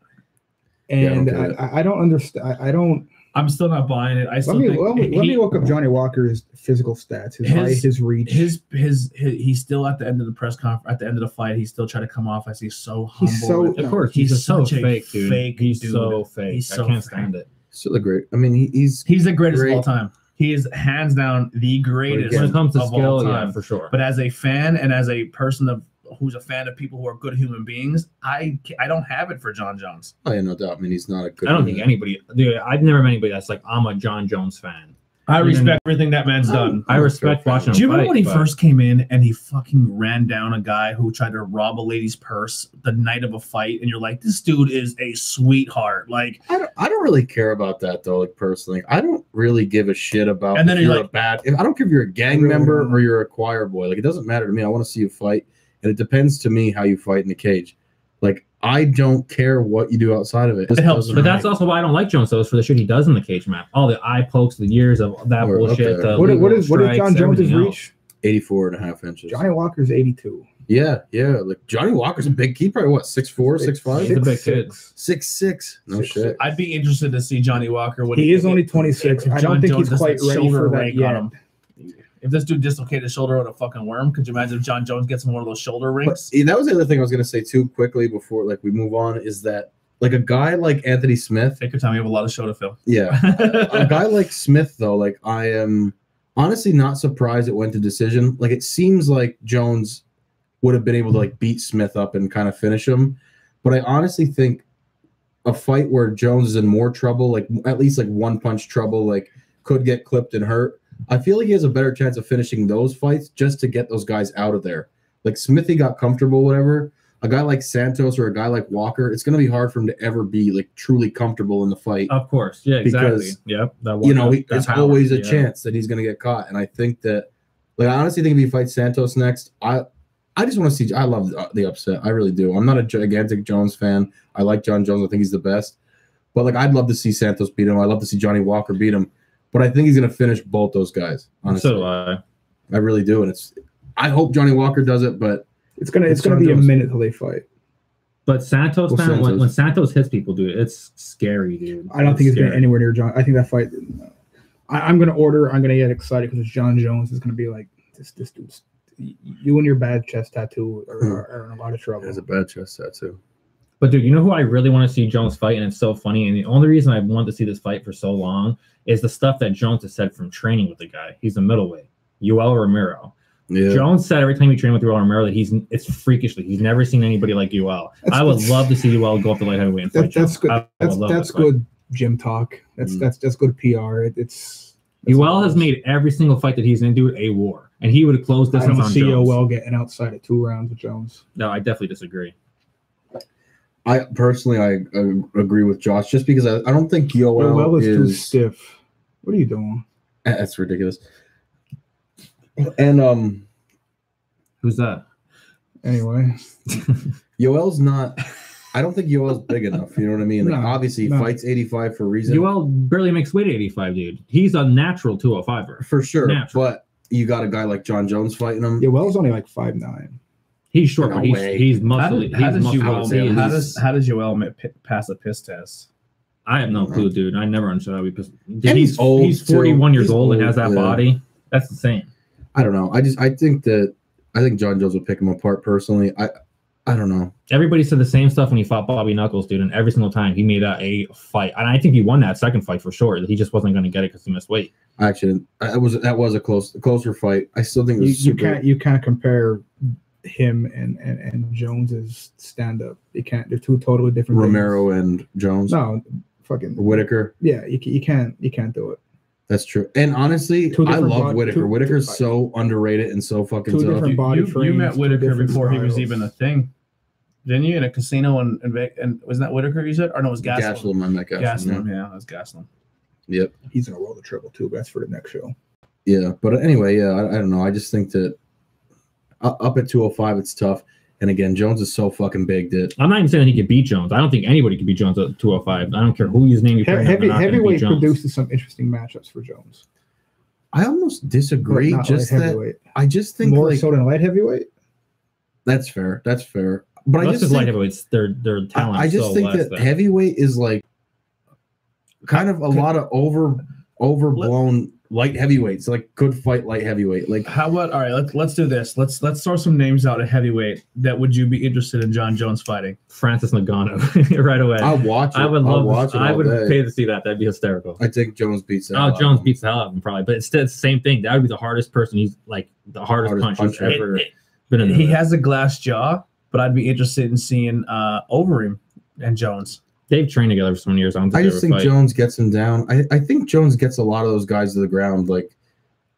S1: Yeah, I don't
S4: And
S1: get
S4: I,
S1: it.
S4: I, I don't understand. I, I don't.
S2: I'm still not buying it. I still
S4: Let me,
S2: think
S4: let me let
S2: he-
S4: me look up Johnny Walker's physical stats, his, height,
S2: His-
S4: his reach.
S2: his his, his he's still at the end of the press conference at the end of the fight he still tried to come off as he's so humble
S4: He's so-
S2: and-
S3: Of course,
S2: He's
S3: he's, so
S2: such a
S3: fake, dude.
S2: fake
S3: he's
S2: dude.
S3: so fake.
S2: He's so
S3: I can't
S2: fake.
S3: stand it.
S1: Still a great. I mean, he, he's
S2: he's the greatest of all
S1: Great.
S2: time he is hands down the greatest
S3: When it comes to
S2: of all
S3: skill,
S2: time
S3: yeah, for sure.
S2: but as a fan and as a person of who's a fan of people who are good human beings i ca- i don't have it for john jones
S1: oh yeah, no doubt. I mean, he's not a good.
S3: I don't think anybody, dude. I've never met anybody that's like, I'm a John Jones fan.
S2: i
S3: Mm.
S2: respect everything that man's
S1: Oh.
S2: done
S3: I respect watching.
S2: do you
S3: him
S2: remember
S3: fight,
S2: when he
S3: but-
S2: first came in and he fucking ran down a guy who tried to rob a lady's purse the night of a fight? And you're like, this dude is a sweetheart. Like,
S1: I don't, I don't really care about that though. Like personally, I don't really give a shit about.
S2: And then
S1: if
S2: you're
S1: you're a
S2: like-
S1: bad. If, I don't care if you're a gang
S4: Really
S1: member
S4: don't.
S1: or you're a choir boy. Like it doesn't matter to me. I want to see you fight, and it depends to me how you fight in the cage. Like I don't care what you do outside of it.
S2: It helps,
S1: doesn't
S3: But that's
S1: matter.
S3: also why I don't like Jones though, is for the shit he does in the cage match. All the eye pokes, the years of that
S1: We're up
S3: bullshit.
S1: there.
S3: the
S4: what, what
S3: legal
S4: is what is
S3: strikes,
S4: John Jones's
S3: everything else.
S4: reach?
S1: 84 and a half inches.
S4: Johnny Walker's eighty-two.
S1: Yeah, yeah. Like Johnny Walker's a big key, probably what six four, six five,
S3: He's a big kid.
S4: six.
S1: six six. No
S4: Six,
S1: shit.
S2: I'd be interested to see Johnny Walker when
S4: He is only twenty-six.
S2: if
S4: I
S2: John
S4: don't think
S2: Jones
S4: he's
S2: doesn't
S4: quite ready
S2: shoulder
S4: for that
S2: rank
S4: yet.
S2: on If this dude dislocated his shoulder on a fucking worm, could you imagine if John Jones gets in one of those shoulder
S1: But
S2: rings?
S1: see, that was the other thing I was gonna say too quickly before like we move on is that like a guy like Anthony Smith.
S2: Take your time. We have a lot of show to fill.
S1: Yeah,
S2: *laughs*
S1: a guy like Smith though, like I am honestly not surprised it went to decision. Like it seems like Jones would have been able to like beat Smith up and kind of finish him, but I honestly think a fight where Jones is in more trouble, like at least like one punch trouble, like could get clipped and hurt. I feel like he has a better chance of finishing those fights just to get those guys out of there. Like Smithy got comfortable, whatever. A guy like Santos or a guy like Walker, it's going to be hard for him to ever be like truly comfortable in the fight.
S3: Of course. Yeah, exactly.
S1: Because,
S3: Yep. That
S1: you know, he,
S3: that
S1: it's
S3: power,
S1: always a
S3: yeah.
S1: chance that he's going to get caught. And I think that, like, I honestly think if he fights Santos next, I, I just want to see. I love the- the upset. I really do. I'm not a gigantic Jones fan. I like John Jones. I think he's the best. But like, I'd love to see Santos beat him. I love to see Johnny Walker beat him. But I think he's going to finish both those guys. Honestly,
S3: So uh,
S1: I really do. And it's, I hope Johnny Walker does it. But
S4: It's gonna it's
S1: It's
S4: gonna
S1: John
S4: be a
S1: Jones.
S4: minute till they fight.
S3: but Santos,
S1: Well,
S3: man, When,
S1: Santos-
S3: when Santos hits people, dude, it's scary, dude.
S4: I don't think it's
S3: scary.
S4: gonna anywhere near John. I think that fight. I, I'm gonna order. I'm gonna get excited because John Jones is gonna be like this. This dude's you and your bad chest tattoo are, are, are in a lot of trouble.
S1: there's a bad chest tattoo.
S3: But dude, you know who I really want to see Jones fight, and it's so funny. And the only reason I want to see this fight for so long is the stuff that Jones has said from training with the guy. He's a middleweight, Yoel Romero.
S1: Yeah.
S3: Jones said every time he trained with Yoel Romero that he's it's freakishly he's never seen anybody like Yoel.
S4: That's-
S3: I would love to see Yoel go up to light heavyweight and fight.
S4: That, that's
S3: Jones.
S4: good.
S3: I would
S4: That's
S3: love
S4: that's
S3: that fight.
S4: good gym talk. That's
S1: Mm.
S4: that's that's good PR. It, it's that's
S3: Yoel has made every single fight that he's in, dude, a war, and he would have closed this
S4: I
S3: one
S4: don't
S3: on
S4: see
S3: Jones.
S4: Yoel getting outside of two rounds with Jones.
S3: No, I definitely disagree.
S1: I personally, I uh, agree with Josh just because I, I don't think Yoel,
S4: Yoel is, too
S1: is
S4: stiff. What are you doing?
S1: *laughs* That's ridiculous. And um
S3: Who's that?
S4: Anyway,
S1: Yoel's not I don't think Yoel's big enough. You know what I mean? Like
S4: No,
S1: obviously he
S4: no.
S1: fights 85 for a reason.
S3: Yoel barely makes weight at 85, dude. He's a natural 205er.
S1: for sure.
S3: Natural.
S1: But you got a guy like John Jones fighting him.
S4: Yoel's only like five nine.
S3: He's short,
S1: No
S3: but he's,
S1: way.
S3: he's
S2: How,
S3: muscly.
S2: did, how,
S3: he's
S2: does
S3: muscly.
S1: I would say
S2: Joel,
S1: at
S2: how
S1: least-
S2: does how does Joel ma- pi- pass a piss test?
S3: I have no
S1: Mhm.
S3: clue, dude. I never understood how he pissed. Dude,
S1: And
S3: he's,
S1: he's
S3: he's
S1: old, too.
S3: 41 years
S1: He's
S3: old, and
S1: old,
S3: has that
S1: yeah.
S3: body. That's insane.
S1: I don't know. I just I think that I think John Jones will pick him apart personally. I I don't know.
S3: Everybody said the same stuff when he fought Bobby Knuckles, dude. And every single time he made that a fight, and I think he won that second fight for sure. He just wasn't going to get it because he missed weight.
S1: I actually I was that was a close closer fight. I still think it
S4: You,
S1: was
S4: you
S1: super
S4: can't you can't compare him and and, and Jones's stand up. You can't. They're two totally different. things.
S1: Romero and Jones.
S4: No, fucking
S1: Whitaker.
S4: yeah. You, ca- you can't you can't do it.
S1: That's true. And honestly,
S4: Two
S1: I
S4: different
S1: love
S4: bod-
S1: Whitaker.
S4: two-
S1: Whitaker's
S4: two-
S1: so underrated and so fucking
S4: Two
S1: tough.
S4: different-
S2: You,
S4: body
S2: you- you
S4: frames,
S2: met
S4: two
S2: Whitaker
S4: different
S2: before he was
S4: styles.
S2: even a thing, didn't you? In a casino in, in Ve- and wasn't that Whitaker you said? Or no, it was Gaslam.
S1: Gaslam, I met Gaslam. yeah.
S2: Gaslam, yeah, it was Gaslam.
S1: Yep.
S4: He's gonna roll the triple too. But that's for the next show.
S1: Yeah, but anyway, yeah, I, I don't know. I just think that u- up at 205, it's tough. And again, Jones is so fucking big that
S3: I'm not even saying that he could beat Jones. I don't think anybody could beat Jones at 205. I don't care who his name you
S4: He-
S3: put in, they're
S4: heavy
S3: not gonna beat
S4: heavyweight
S3: Jones.
S4: produces some interesting matchups for Jones.
S1: I almost
S4: but
S1: disagree.
S4: not
S1: Just
S4: light
S1: that
S4: heavyweight.
S1: I just think
S4: more
S1: like
S4: so than light heavyweight.
S1: that's fair. That's fair. But I
S3: That's
S1: just,
S3: just
S1: think,
S3: light heavyweights. Their their
S1: I,
S3: talent.
S1: I
S3: is
S1: just
S3: so
S1: think
S3: less
S1: that
S3: than-
S1: heavyweight is like kind of a lot of over overblown light heavyweights. Like could fight light heavyweight. Like
S2: How about all right? Let's let's do this. Let's let's throw some names out at heavyweight that would you be interested in John Jones fighting?
S3: Francis Ngannou *laughs* right away.
S1: I watch. It.
S3: I would
S1: I'll
S3: love.
S1: watch
S3: to,
S1: it.
S3: I
S1: all
S3: would
S1: day.
S3: pay to see that. That'd be hysterical.
S1: I think Jones beats. the hell
S3: Oh,
S1: out of
S3: Jones
S1: him.
S3: beats the hell out of him probably, but it's the same thing. That would be the hardest person. He's like the hardest,
S1: Hardest
S3: punch he's
S1: puncher.
S3: ever
S2: It-
S3: been in.
S2: He
S3: He
S2: has a glass jaw, but I'd be interested in seeing uh Overeem and Jones.
S3: They've trained together for so many years. I don't think
S1: I
S3: they
S1: just
S3: ever
S1: think
S3: fight.
S1: Jones gets him down. I, I think Jones gets a lot of those guys to the ground, like,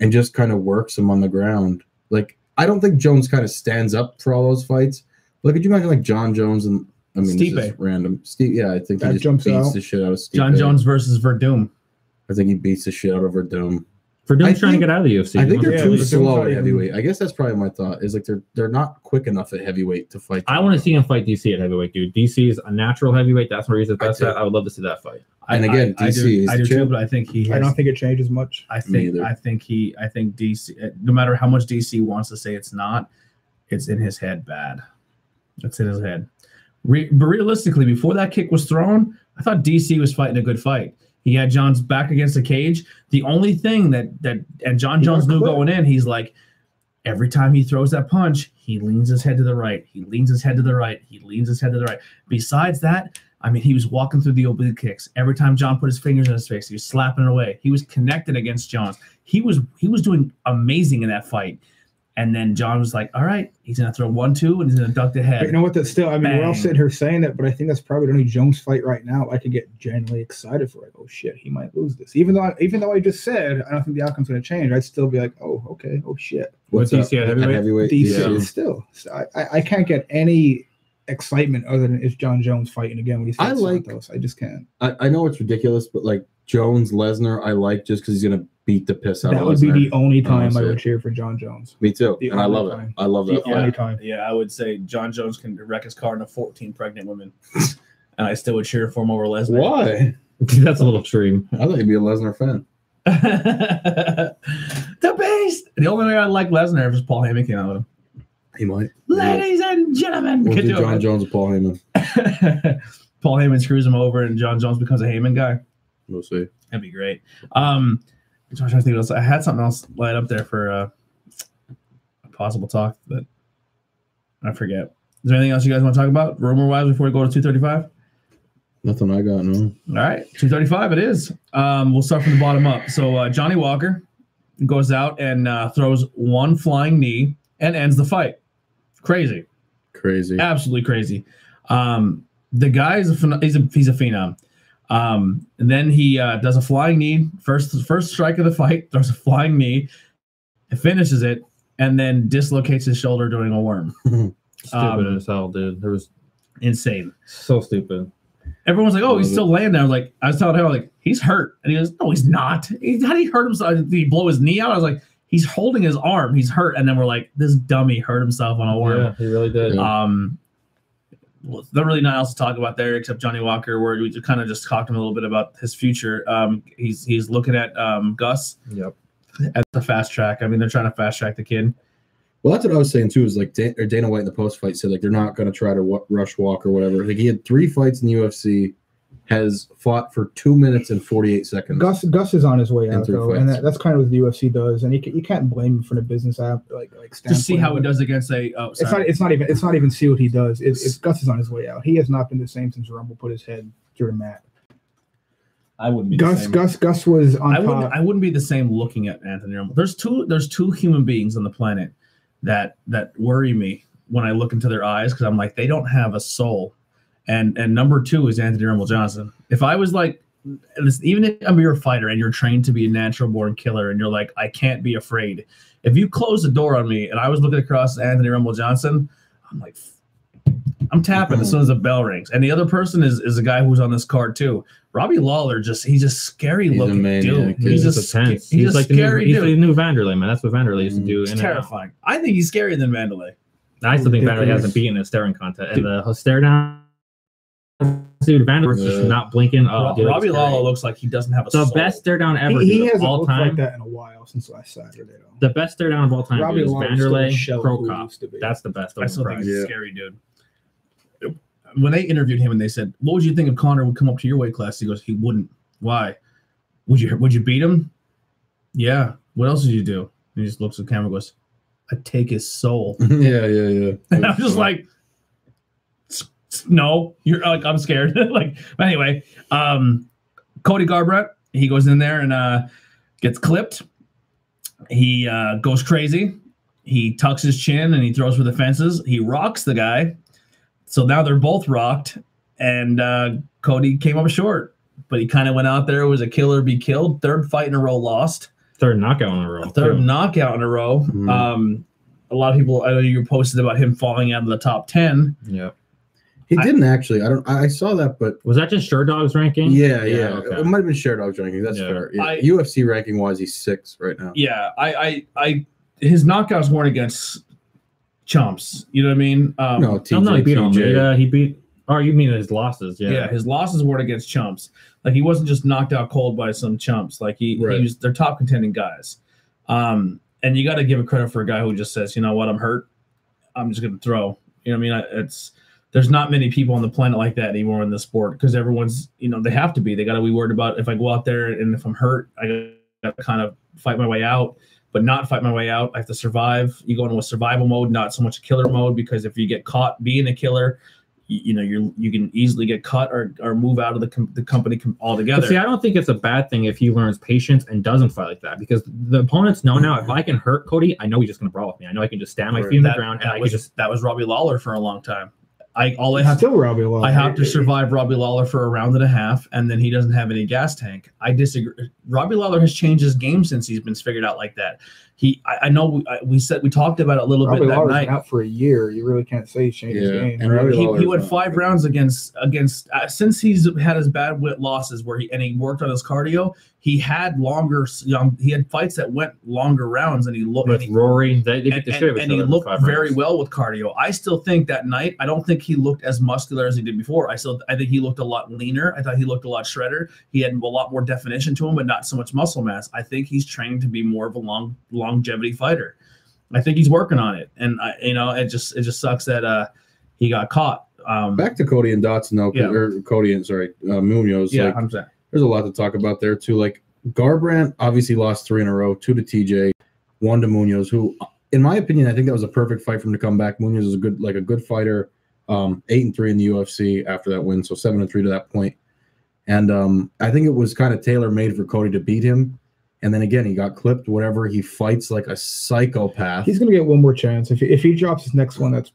S1: and just kind of works him on the ground. Like, I don't think Jones kind of stands up for all those fights. Like, could you imagine like John Jones and I mean, this is
S2: Stipe.
S1: random. Steve, yeah, I think
S4: That
S1: he just
S4: jumps
S1: beats
S4: out.
S1: the shit out of Stipe.
S2: John Jones versus Verdum.
S1: I think he beats the shit out of Verdum.
S3: For
S1: I
S3: Doom's trying
S1: think-
S3: to get out of the UFC.
S1: I
S3: He
S1: think
S3: wants
S1: they're
S3: to
S1: too
S3: leave.
S4: Verdum's not
S1: slow at
S4: even-
S1: heavyweight. I guess that's probably my thought. Is like they're they're not quick enough at heavyweight to fight.
S3: I want to see him fight DC at heavyweight, dude. DC is a natural heavyweight. That's where he's the
S1: I
S3: best
S1: do.
S3: at. I would love to see that fight.
S2: I-
S1: And again,
S2: I, I
S1: DC
S2: do,
S1: is
S2: I do too,
S1: champ.
S2: but I think he. Has,
S4: I don't think it changes much.
S2: I
S1: Me
S2: think
S1: either.
S2: I think he I think DC uh, no matter how much DC wants to say it's not, it's in his head bad. It's in his head. Re- but realistically, before that kick was thrown, I thought DC was fighting a good fight. He had John's back against the cage. The only thing that that and John
S4: He
S2: Jones
S4: got
S2: knew
S4: clipped.
S2: going in, he's like every time he throws that punch, he leans his head to the right. He leans his head to the right. He leans his head to the right. Besides that, I mean, he was walking through the oblique kicks. Every time John put his fingers in his face, he was slapping it away. He was connected against John. He was he was doing amazing in that fight. And then John was like, "All right, he's gonna throw one two, and he's gonna duck the
S4: But you
S2: head."
S4: know what? That's still. I mean, we're all
S2: Bang.
S4: sitting here saying that, but I think that's probably the only Jones fight right now I could get genuinely excited for. Like, oh shit, he might lose this. Even though, I, even though I just said I don't think the outcome's going to change, I'd still be like, oh okay, oh shit.
S3: What's DC at
S1: At
S3: heavyweight?
S1: heavyweight?
S4: DC
S1: Yeah.
S4: is still. so I, I, I can't get any excitement other than it's John Jones fighting again when he's.
S1: I like-
S4: Santos. I just can't.
S1: I, I know it's ridiculous, but like Jones Lesnar, I like just because he's gonna beat the piss out
S4: That
S1: of
S4: would
S1: Lesnar.
S4: be the only time I
S1: Honestly.
S4: would cheer for John Jones.
S1: Me too,
S4: the
S1: and I
S4: only
S1: love
S4: time.
S1: it. I love
S4: The
S1: that.
S2: Yeah.
S4: only time.
S2: Yeah, I would say John Jones can wreck his car into 14 pregnant women, *laughs* and I still would cheer for him over Lesnar.
S1: Why?
S3: Dude, *laughs* that's a little extreme.
S1: I thought you'd be a Lesnar fan.
S2: *laughs* the beast. The only way I like Lesnar is if Paul Heyman came out with him.
S1: He might.
S2: Ladies and gentlemen,
S1: We'll
S2: could
S1: do
S2: do
S1: John
S2: it.
S1: Jones and Paul Heyman.
S2: *laughs* Paul Heyman screws him over, and John Jones becomes a Heyman guy.
S1: We'll see.
S2: That'd be great. Um, I'm trying to think what else. I had something else lined up there for uh, a possible talk, but I forget. Is there anything else you guys want to talk about rumor wise before we go to 235?
S1: Nothing I got. No.
S2: All right, 235 it is. Um, we'll start from the bottom up. So uh, Johnny Walker goes out and uh, throws one flying knee and ends the fight. Crazy.
S1: Crazy.
S2: absolutely crazy. Um, the guy is a phen- he's a he's a phenom. Um, and then he uh, does a flying knee first first strike of the fight, *laughs* throws a flying knee, and finishes it, and then dislocates his shoulder doing a worm.
S3: Stupid
S2: Um,
S3: as hell, dude. There was
S2: Insane.
S3: so stupid.
S2: Everyone's like, "Oh, he's
S1: Love it.
S2: still laying there." I was like, I was telling him, like, he's hurt, and he goes, "No, he's not. He, how did he hurt himself? Did he blow his knee out?" I was like, "He's holding his arm. He's hurt." And then we're like, "This dummy hurt himself on a worm."
S3: Yeah, he really did.
S1: Yeah.
S2: Um, well, there's really not else to talk about there except Johnny Walker, where we kind of just talked him a little bit about his future. Um, he's he's looking at um, Gus
S3: Yep.
S2: at the fast track. I mean, they're trying to fast track the kid.
S1: Well, that's what I was saying too. Is like Dan, or Dana White in the post fight said like they're not going to try to w- rush walk or whatever. Like he had three fights in the UFC, has fought for two minutes and forty eight seconds.
S4: Gus Gus is on his way
S1: And
S4: out
S1: three
S4: though, and
S1: fights.
S4: that, that's kind of what the UFC does, and you, can, you can't blame him for the business app like like
S2: To see
S4: standpoint,
S2: how he
S4: but
S2: does against a. Oh,
S4: It's not
S2: sorry.
S4: it's not even it's not even see what he does. It's, it's Gus is on his way out. He has not been the same since Rumble put his head through the mat.
S2: I wouldn't be the
S4: Gus
S2: same.
S4: Gus Gus was on
S2: I wouldn't.
S4: top.
S2: I wouldn't be the same looking at Anthony Rumble. There's two. There's two human beings on the planet that that worry me when I look into their eyes because I'm like they don't have a soul. And and number two is Anthony Rumble Johnson. If I was like, listen, even if I'm you're a fighter and you're trained to be a natural born killer and you're like I can't be afraid. If you close the door on me and I was looking across at Anthony Rumble Johnson, I'm like. I'm tapping
S4: Mm-hmm.
S2: as soon as the bell rings, and the other person is is a guy who's on this card too. Robbie Lawler just he's a scary
S1: He's a
S2: looking dude.
S1: maniac,
S2: He's
S1: yeah.
S2: just
S3: It's intense.
S2: sca- He's, a
S3: like the new,
S2: scary
S3: he's
S2: dude.
S3: the new Vanderlei, man. That's what Vanderlei used to
S1: Mm.
S3: do.
S2: It's
S3: and
S2: terrifying. I think he's scarier than Vandalay.
S3: I still think Vanderlei
S4: Ridiculous.
S3: hasn't beaten a staring contest. And the stare down, dude, Vanderlei was just
S1: Yeah.
S3: not blinking. Oh, dude, it was
S2: Robbie
S3: scary.
S2: Lawler looks like he doesn't have a
S3: the
S2: soul.
S3: best stare down ever
S4: he, he
S3: dude, of
S4: hasn't
S3: all
S4: looked like
S3: time.
S4: that in a while since last Saturday. Though.
S3: the best stare down of all time dude, is
S4: Lawler's still a
S3: Vanderlei
S4: shell of who he
S3: Krokop.
S4: used to be.
S3: That's the best.
S2: I
S3: Of
S2: still
S3: all
S2: think
S3: time.
S2: he's a
S1: Yeah.
S2: scary dude. When they interviewed him and they said, "What would you think if Connor would come up to your weight class?" He goes, "He wouldn't. Why? Would you? Would you beat him? Yeah. What else would you do?" And he just looks at the camera, and goes, "I take his soul."
S1: *laughs* yeah, yeah, yeah.
S2: *laughs* And I'm just like, "S- s- no, you're like, I'm scared. *laughs* like, but anyway, um, Cody Garbrandt, he goes in there and uh, gets clipped. He uh, goes crazy. He tucks his chin and he throws for the fences. He rocks the guy. So now they're both rocked, and uh, Cody came up short. But he kind of went out there. It was a kill or be killed. Third fight in a row, lost
S3: Third knockout in a row.
S2: a third
S3: too.
S2: knockout in a row.
S1: Mhm.
S2: Um, a lot of people, I know you posted about him falling out of the top 10.
S3: Yeah.
S1: he
S2: I-
S1: didn't actually. I don't. I I saw that, but
S3: Was that just Sure Dog's ranking?
S1: yeah, yeah.
S3: okay.
S1: It might have been share dog ranking. That's
S3: Yeah.
S1: fair. Yeah.
S2: I-
S1: UFC ranking wise, he's six right now.
S2: Yeah, I, I, I, his knockouts weren't against chumps. You know what I mean? Um,
S1: no, TJ,
S3: No, no, he beat him.
S1: TJ.
S2: uh,
S3: Yeah, he beat. Oh, you mean his losses? Yeah.
S2: yeah. his losses weren't against chumps. Like he wasn't just knocked out cold by some chumps. Like he,
S1: Right.
S2: he was their top contending guys. Um, and you got to give it credit for a guy who just says, you know what, I'm hurt. I'm just gonna throw. You know what I mean? I- It's there's not many people on the planet like that anymore in this sport because everyone's, you know, they have to be. They got to be worried about if I go out there and if I'm hurt, I got to kind of fight my way out, but not fight my way out. I have to survive. You go into a survival mode, not so much a killer mode, because if you get caught being a killer, you, you know you you can easily get cut or, or move out of the com- the company com- altogether.
S3: But see, I don't think it's a bad thing if he learns patience and doesn't fight like that because the opponents know now if I can hurt Cody, I know he's just going to brawl with me. I know I can just stand my
S1: Right.
S3: feet in the
S2: That-
S3: ground and
S2: that
S3: I can
S2: was
S3: just.
S2: that was Robbie Lawler for a long time. I all I have to
S4: still Robbie Lawler.
S2: I have to survive Robbie Lawler for a round and a half, and then he doesn't have any gas tank. I disagree. Robbie Lawler has changed his game since he's been figured out like that. He, I, I know we, I, we said we talked about it a little
S4: Robbie
S2: bit that
S4: Lawler's
S2: night.
S4: been out for a year. You really can't say he's changed his
S1: Yeah,
S4: game.
S1: and
S4: Robbie
S1: Robbie
S2: He,
S1: Lawler-
S4: Lawler,
S2: he went
S1: not
S2: five
S1: good.
S2: rounds against against uh, since he's had his bad wit losses where he and he worked on his cardio. He had longer, s- um, he had fights that went longer rounds, and he looked.
S3: With Rory, they, they beat
S2: and,
S3: the shit out of
S2: and-
S3: each
S2: and he
S3: other for
S2: looked
S3: five
S2: very
S3: rounds.
S2: well with cardio. I still think that night, I don't think he looked as muscular as he did before. I still, I think he looked a lot leaner. I thought he looked a lot shredder. He had a lot more definition to him, but not so much muscle mass. I think he's trained to be more of a long longevity fighter. I think he's working on it, and I, you know, it just it just sucks that uh he got caught. Um,
S1: Back to Cody and Dotson, though, 'cause-
S2: Yeah.
S1: or Cody and sorry, uh, Munoz.
S2: yeah,
S1: like,
S2: I'm sorry.
S1: there's a lot to talk about there too. Like Garbrandt obviously lost three in a row, two to TJ, one to Munoz, who, in my opinion, I think that was a perfect fight for him to come back. Munoz is a good, like a good fighter. Um, eight and three in the UFC after that win, so seven and three to that point. And um, I think it was kind of tailor made for Cody to beat him. And then again, he got clipped. Whatever, he fights like a psychopath.
S4: he's going to get one more chance. If he, if he drops his next one, that's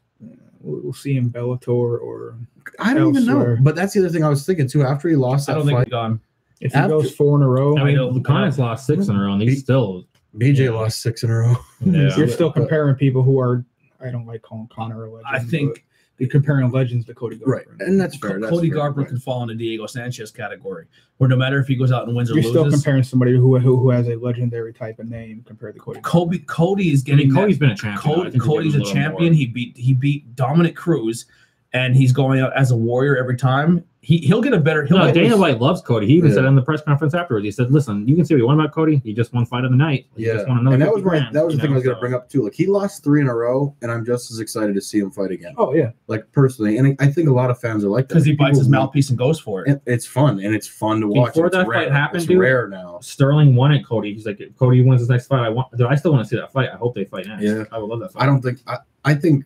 S4: we'll we'll see him Bellator or
S1: I don't even know.
S4: elsewhere.
S1: But that's the other thing I was thinking too. After he lost
S2: I
S1: that
S2: don't think
S1: fight,
S2: he's gone.
S4: if he
S1: After-
S4: goes four in a row.
S3: I
S2: I
S3: mean,
S2: know.
S3: Lucanus lost six in a row, and
S1: He-
S3: he's still.
S1: BJ lost six in a row.
S3: Yeah.
S4: You're still
S1: But-
S4: comparing people who are. I don't like calling Connor a legend.
S2: I think
S4: but you're comparing legends to Cody Garbrandt.
S1: Right, and that's fair. that's
S2: Cody
S1: fair,
S2: Garbrandt
S1: right.
S2: can fall into Diego Sanchez category, where no matter if he goes out and wins or
S4: You're still
S2: loses,
S4: comparing somebody who, who who has a legendary type of name compared to Cody.
S2: Kobe Cody is
S3: I
S2: getting
S3: mean,
S2: that-
S3: Cody's been a champion. I
S2: Cody,
S3: think we give
S2: Cody's
S3: him
S2: a
S3: little more.
S2: champion. He beat he beat Dominic Cruz, and he's going out as a warrior every time. He he'll get a better. He'll
S3: No,
S2: get
S3: Dana White loves Cody. He even
S1: Yeah.
S3: said in the press conference afterwards, he said, "Listen, you can say what you want about Cody. He just won fight of the night. He
S1: Yeah,
S3: just won another
S1: and that was
S3: 50
S1: my,
S3: grand,"
S1: that was the
S3: you
S1: thing I
S3: know,
S1: was going to
S3: so-
S1: bring up too. Like he lost three in a row, and I'm just as excited to see him fight again.
S4: Oh yeah,
S1: Like personally, and I I think a lot of fans are like that
S2: because he
S1: People
S2: bites his
S1: who-
S2: mouthpiece and goes for it.
S1: it- It's fun and it's fun to watch.
S3: Before
S1: it's
S3: that
S1: rare.
S3: fight happened,
S1: it's
S3: dude,
S1: rare now.
S3: Sterling wanted Cody. He's like, if Cody wins his next fight, I want. Dude, I still want to see that fight. I hope they fight next.
S1: Yeah.
S3: I would love that fight.
S1: I don't think I, I think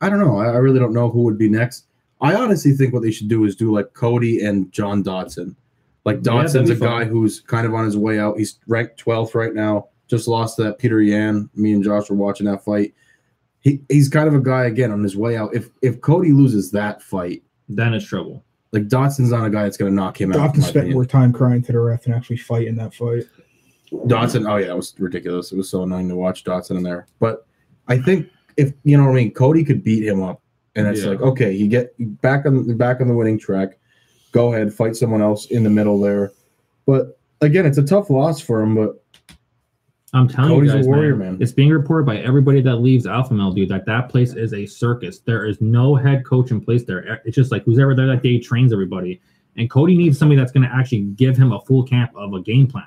S1: I don't know. I, I really don't know who would be next. I honestly think what they should do is do like Cody and John Dodson. Like
S3: Yeah, that'd
S1: Dodson's
S3: be
S1: a guy
S3: fun.
S1: who's kind of on his way out. He's ranked 12th right now. Just lost to that Peter Yan. Me and Josh were watching that fight. He, he's kind of a guy again on his way out. If if Cody loses that fight,
S3: Then it's trouble.
S1: like Dodson's not a guy that's going to knock him out. in
S4: Dawkins
S1: my
S4: spent
S1: opinion.
S4: more time crying to the ref than actually fighting that fight.
S1: Dotson. Oh yeah, it was ridiculous. It was so annoying to watch Dotson in there. But I think if you know what I mean, Cody could beat him up, and it's
S3: Yeah.
S1: like okay, you get back on back on the winning track. Go ahead, fight someone else in the middle there. But again, it's a tough loss for him. But
S3: I'm telling
S1: Cody's
S3: you
S1: a
S3: guys,
S1: warrior,
S3: man,
S1: man.
S3: It's being reported by everybody that leaves Alpha Male, dude. That that place is a circus. There is no head coach in place there. It's just like who's ever there that day trains everybody. And Cody needs somebody that's going to actually give him a full camp of a game plan.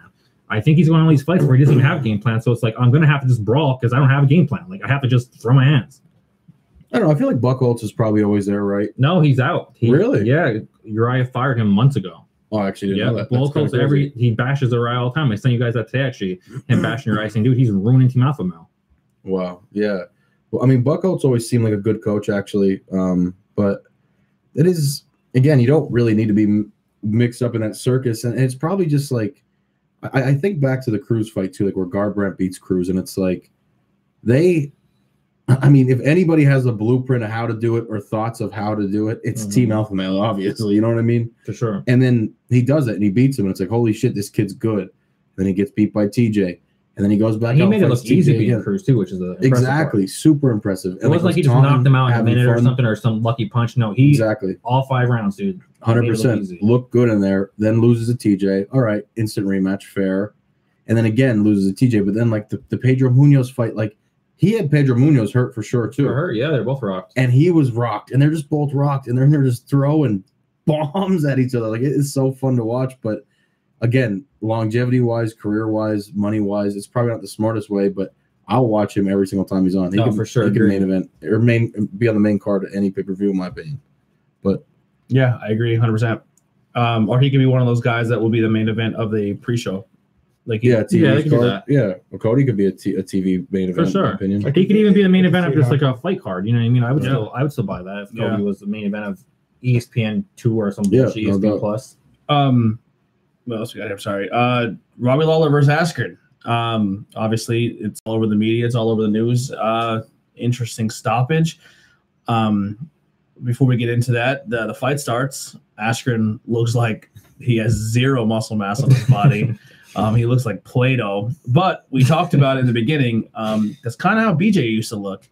S3: I think he's going on all these fights where he doesn't even have a game plan. So it's like I'm going to have to just brawl because I don't have a game plan. Like I have to just throw my hands.
S1: I don't know. I feel like Buckholz is probably always there, right?
S3: No, he's out. He,
S1: Really?
S3: Yeah, Uriah fired him months ago.
S1: Oh, I actually, didn't
S3: Yeah,
S1: know that.
S3: Bull
S1: That's kinda
S3: Colts every
S1: crazy.
S3: he bashes Uriah all the time. I sent you guys that today actually. Him bashing Uriah saying, dude, he's ruining Team Alpha Male.
S1: Wow. Yeah. Well, I mean, Buckholz always seemed like a good coach, actually. Um, but it is again, you don't really need to be m- mixed up in that circus, and it's probably just like I, I think back to the Cruz fight too, like where Garbrandt beats Cruz, and it's like they. I mean, if anybody has a blueprint of how to do it or thoughts of how to do it, it's
S3: Mhm.
S1: Team Alpha Male, obviously. You know what I mean?
S3: For sure.
S1: And then he does it and he beats him, and it's like, holy shit, this kid's good. And then he gets beat by TJ, and then Uh, he goes back.
S3: He
S1: out and
S3: made it
S1: fights
S3: look easy
S1: TJ
S3: beating
S1: again.
S3: Cruz too, which is the impressive part.
S1: Exactly, super impressive.
S3: It wasn't like he just knocked him out in a minute or something or some lucky punch. No, he
S1: Exactly,
S3: all five rounds, dude.
S1: hundred percent.
S3: easy.
S1: Looked good in there. Then loses a TJ. All right, instant rematch, fair. And then again loses a TJ. But then like the, the Pedro Munoz fight, like he had Pedro Munoz hurt for sure too,
S3: For her, yeah, they're both rocked.
S1: and he was rocked, and they're just both rocked, and then they're just throwing *laughs* bombs at each other. Like it is so fun to watch, but again, longevity wise, career wise, money wise, it's probably not the smartest way, but. I'll watch him every single time he's on. He
S3: No,
S1: can,
S3: for sure,
S1: He can
S3: agreed.
S1: main event or main be on the main card at any pay per view, in my opinion.
S2: Yeah, I agree, hundred percent. Um, or he could be one of those guys that will be the main event of the pre-show. Like he-
S1: Yeah, TV
S3: Yeah, they can do
S1: card.
S3: that.
S1: Yeah, well, Cody could be a, t- a TV main event. In
S3: sure.
S1: my opinion.
S4: Like,
S3: He could even be the main event
S4: See
S3: of just
S4: how-
S3: like a fight card. You know what I mean? I would
S2: Yeah.
S3: still I would still buy that if Cody
S2: Yeah.
S3: was the main event of E ESPN two or some
S1: Yeah,
S3: bullshit E
S1: no
S3: ESPN
S1: doubt.
S3: plus.
S2: Um, what else we got? here? I'm sorry. Uh, Robbie Lawler versus Askren. Um, obviously it's all over the media. It's all over the news. Uh, interesting stoppage. Um, before we get into that, the, the fight starts. Askren looks like he has zero muscle mass on his body. um, he looks like Play-Doh. But we talked about it in the beginning. Um, that's kind of how BJ used to look.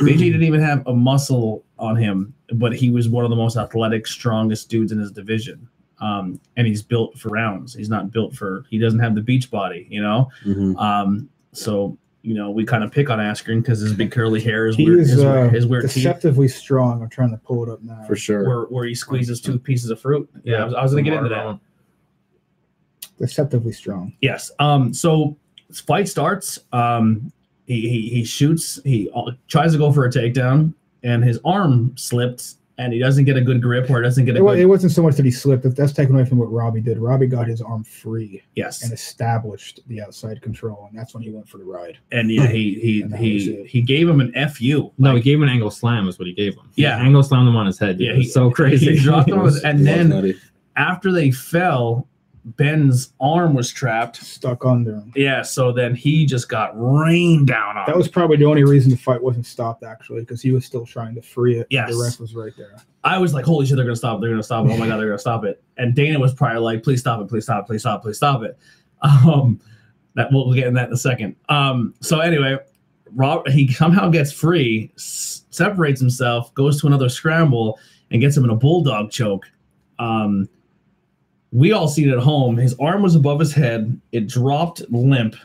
S2: BJ didn't even have a muscle on him, but he was one of the most athletic, strongest dudes in his division um, and he's built for rounds. He's not built for. He doesn't have the beach body, you know.
S1: Mhm.
S2: Um, so you know we kind of pick on Askren because his big curly hair, his
S4: He
S2: weird,
S4: is,
S2: his, weird-
S4: uh,
S2: his weird teeth,
S4: Deceptively strong. I'm trying to pull it up now.
S1: for sure.
S2: where, where he squeezes two pieces of fruit. Yeah, I was, I was gonna get into that.
S4: Deceptively strong.
S2: Yes. Um. So fight starts. Um. He he, he shoots. He uh, tries to go for a takedown, and his arm slipped, and he doesn't get a good grip, or doesn't get a
S4: It, wa-
S2: good.
S4: it wasn't so much that he slipped. that- That's taken away from what Robbie did. Robbie got his arm free
S2: yes.
S4: and established the outside control, and that's when he went for the ride.
S2: And
S4: *laughs*
S2: yeah, he he
S4: And that was
S2: he
S4: it.
S2: he gave him an fu.
S3: No, he gave him an angle slam. Is what he gave him. He
S2: Yeah.
S3: angle slammed him on his head. Dude.
S2: Yeah,
S3: It was
S2: he- *laughs*
S3: so
S1: *laughs*
S3: crazy.
S2: he dropped him
S1: It
S2: on
S1: was-
S2: and
S1: it was
S2: then-
S1: nutty.
S2: after they fell, Ben's arm was trapped.
S4: Stuck under him.
S2: Yeah, so then he just got rained down on.
S4: That was probably the only reason the fight wasn't stopped, actually, because he was still trying to free it.
S2: Yes.
S4: The ref was right there.
S2: I was like, holy shit, they're gonna stop it, they're gonna stop it. Oh my god, they're gonna stop it. And Dana was probably like, please stop it, please stop it, please stop it, please stop it. *laughs* Um that we'll, we'll get in that in a second. Um so anyway, Rob he somehow gets free, s- separates himself, goes to another scramble, and gets him in a bulldog choke. Um we all seen it at home. His arm was above his head, it dropped limp,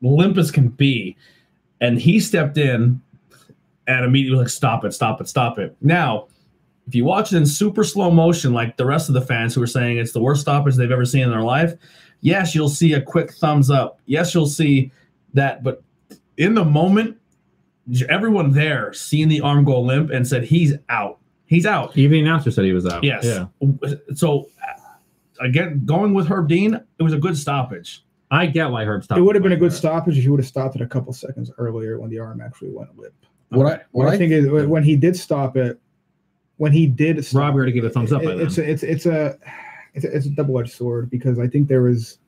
S2: limp as can be. And he stepped in and immediately was like, stop it, stop it, stop it. Now if you watch it in super slow motion, like the rest of the fans who are saying it's the worst stoppage they've ever seen in their life, yes, you'll see a quick thumbs up. Yes, you'll see that. But in the moment, j- everyone there seeing the arm go limp and said, he's out. He's out.
S3: Even the announcer said he was out.
S2: Yes.
S3: Yeah.
S2: So, again, going with Herb Dean, it was a good stoppage.
S3: I get why Herb stopped.
S4: it would have been a
S3: like
S4: good
S3: that.
S4: stoppage if he would have stopped it a couple seconds earlier when the arm actually went limp.
S1: What I
S4: What I think is when he did stop it, when he did stop
S3: Robbie already gave a thumbs up by
S4: It-
S3: then.
S4: it's a, it's it's a it's a, it's a double edged sword because I think there was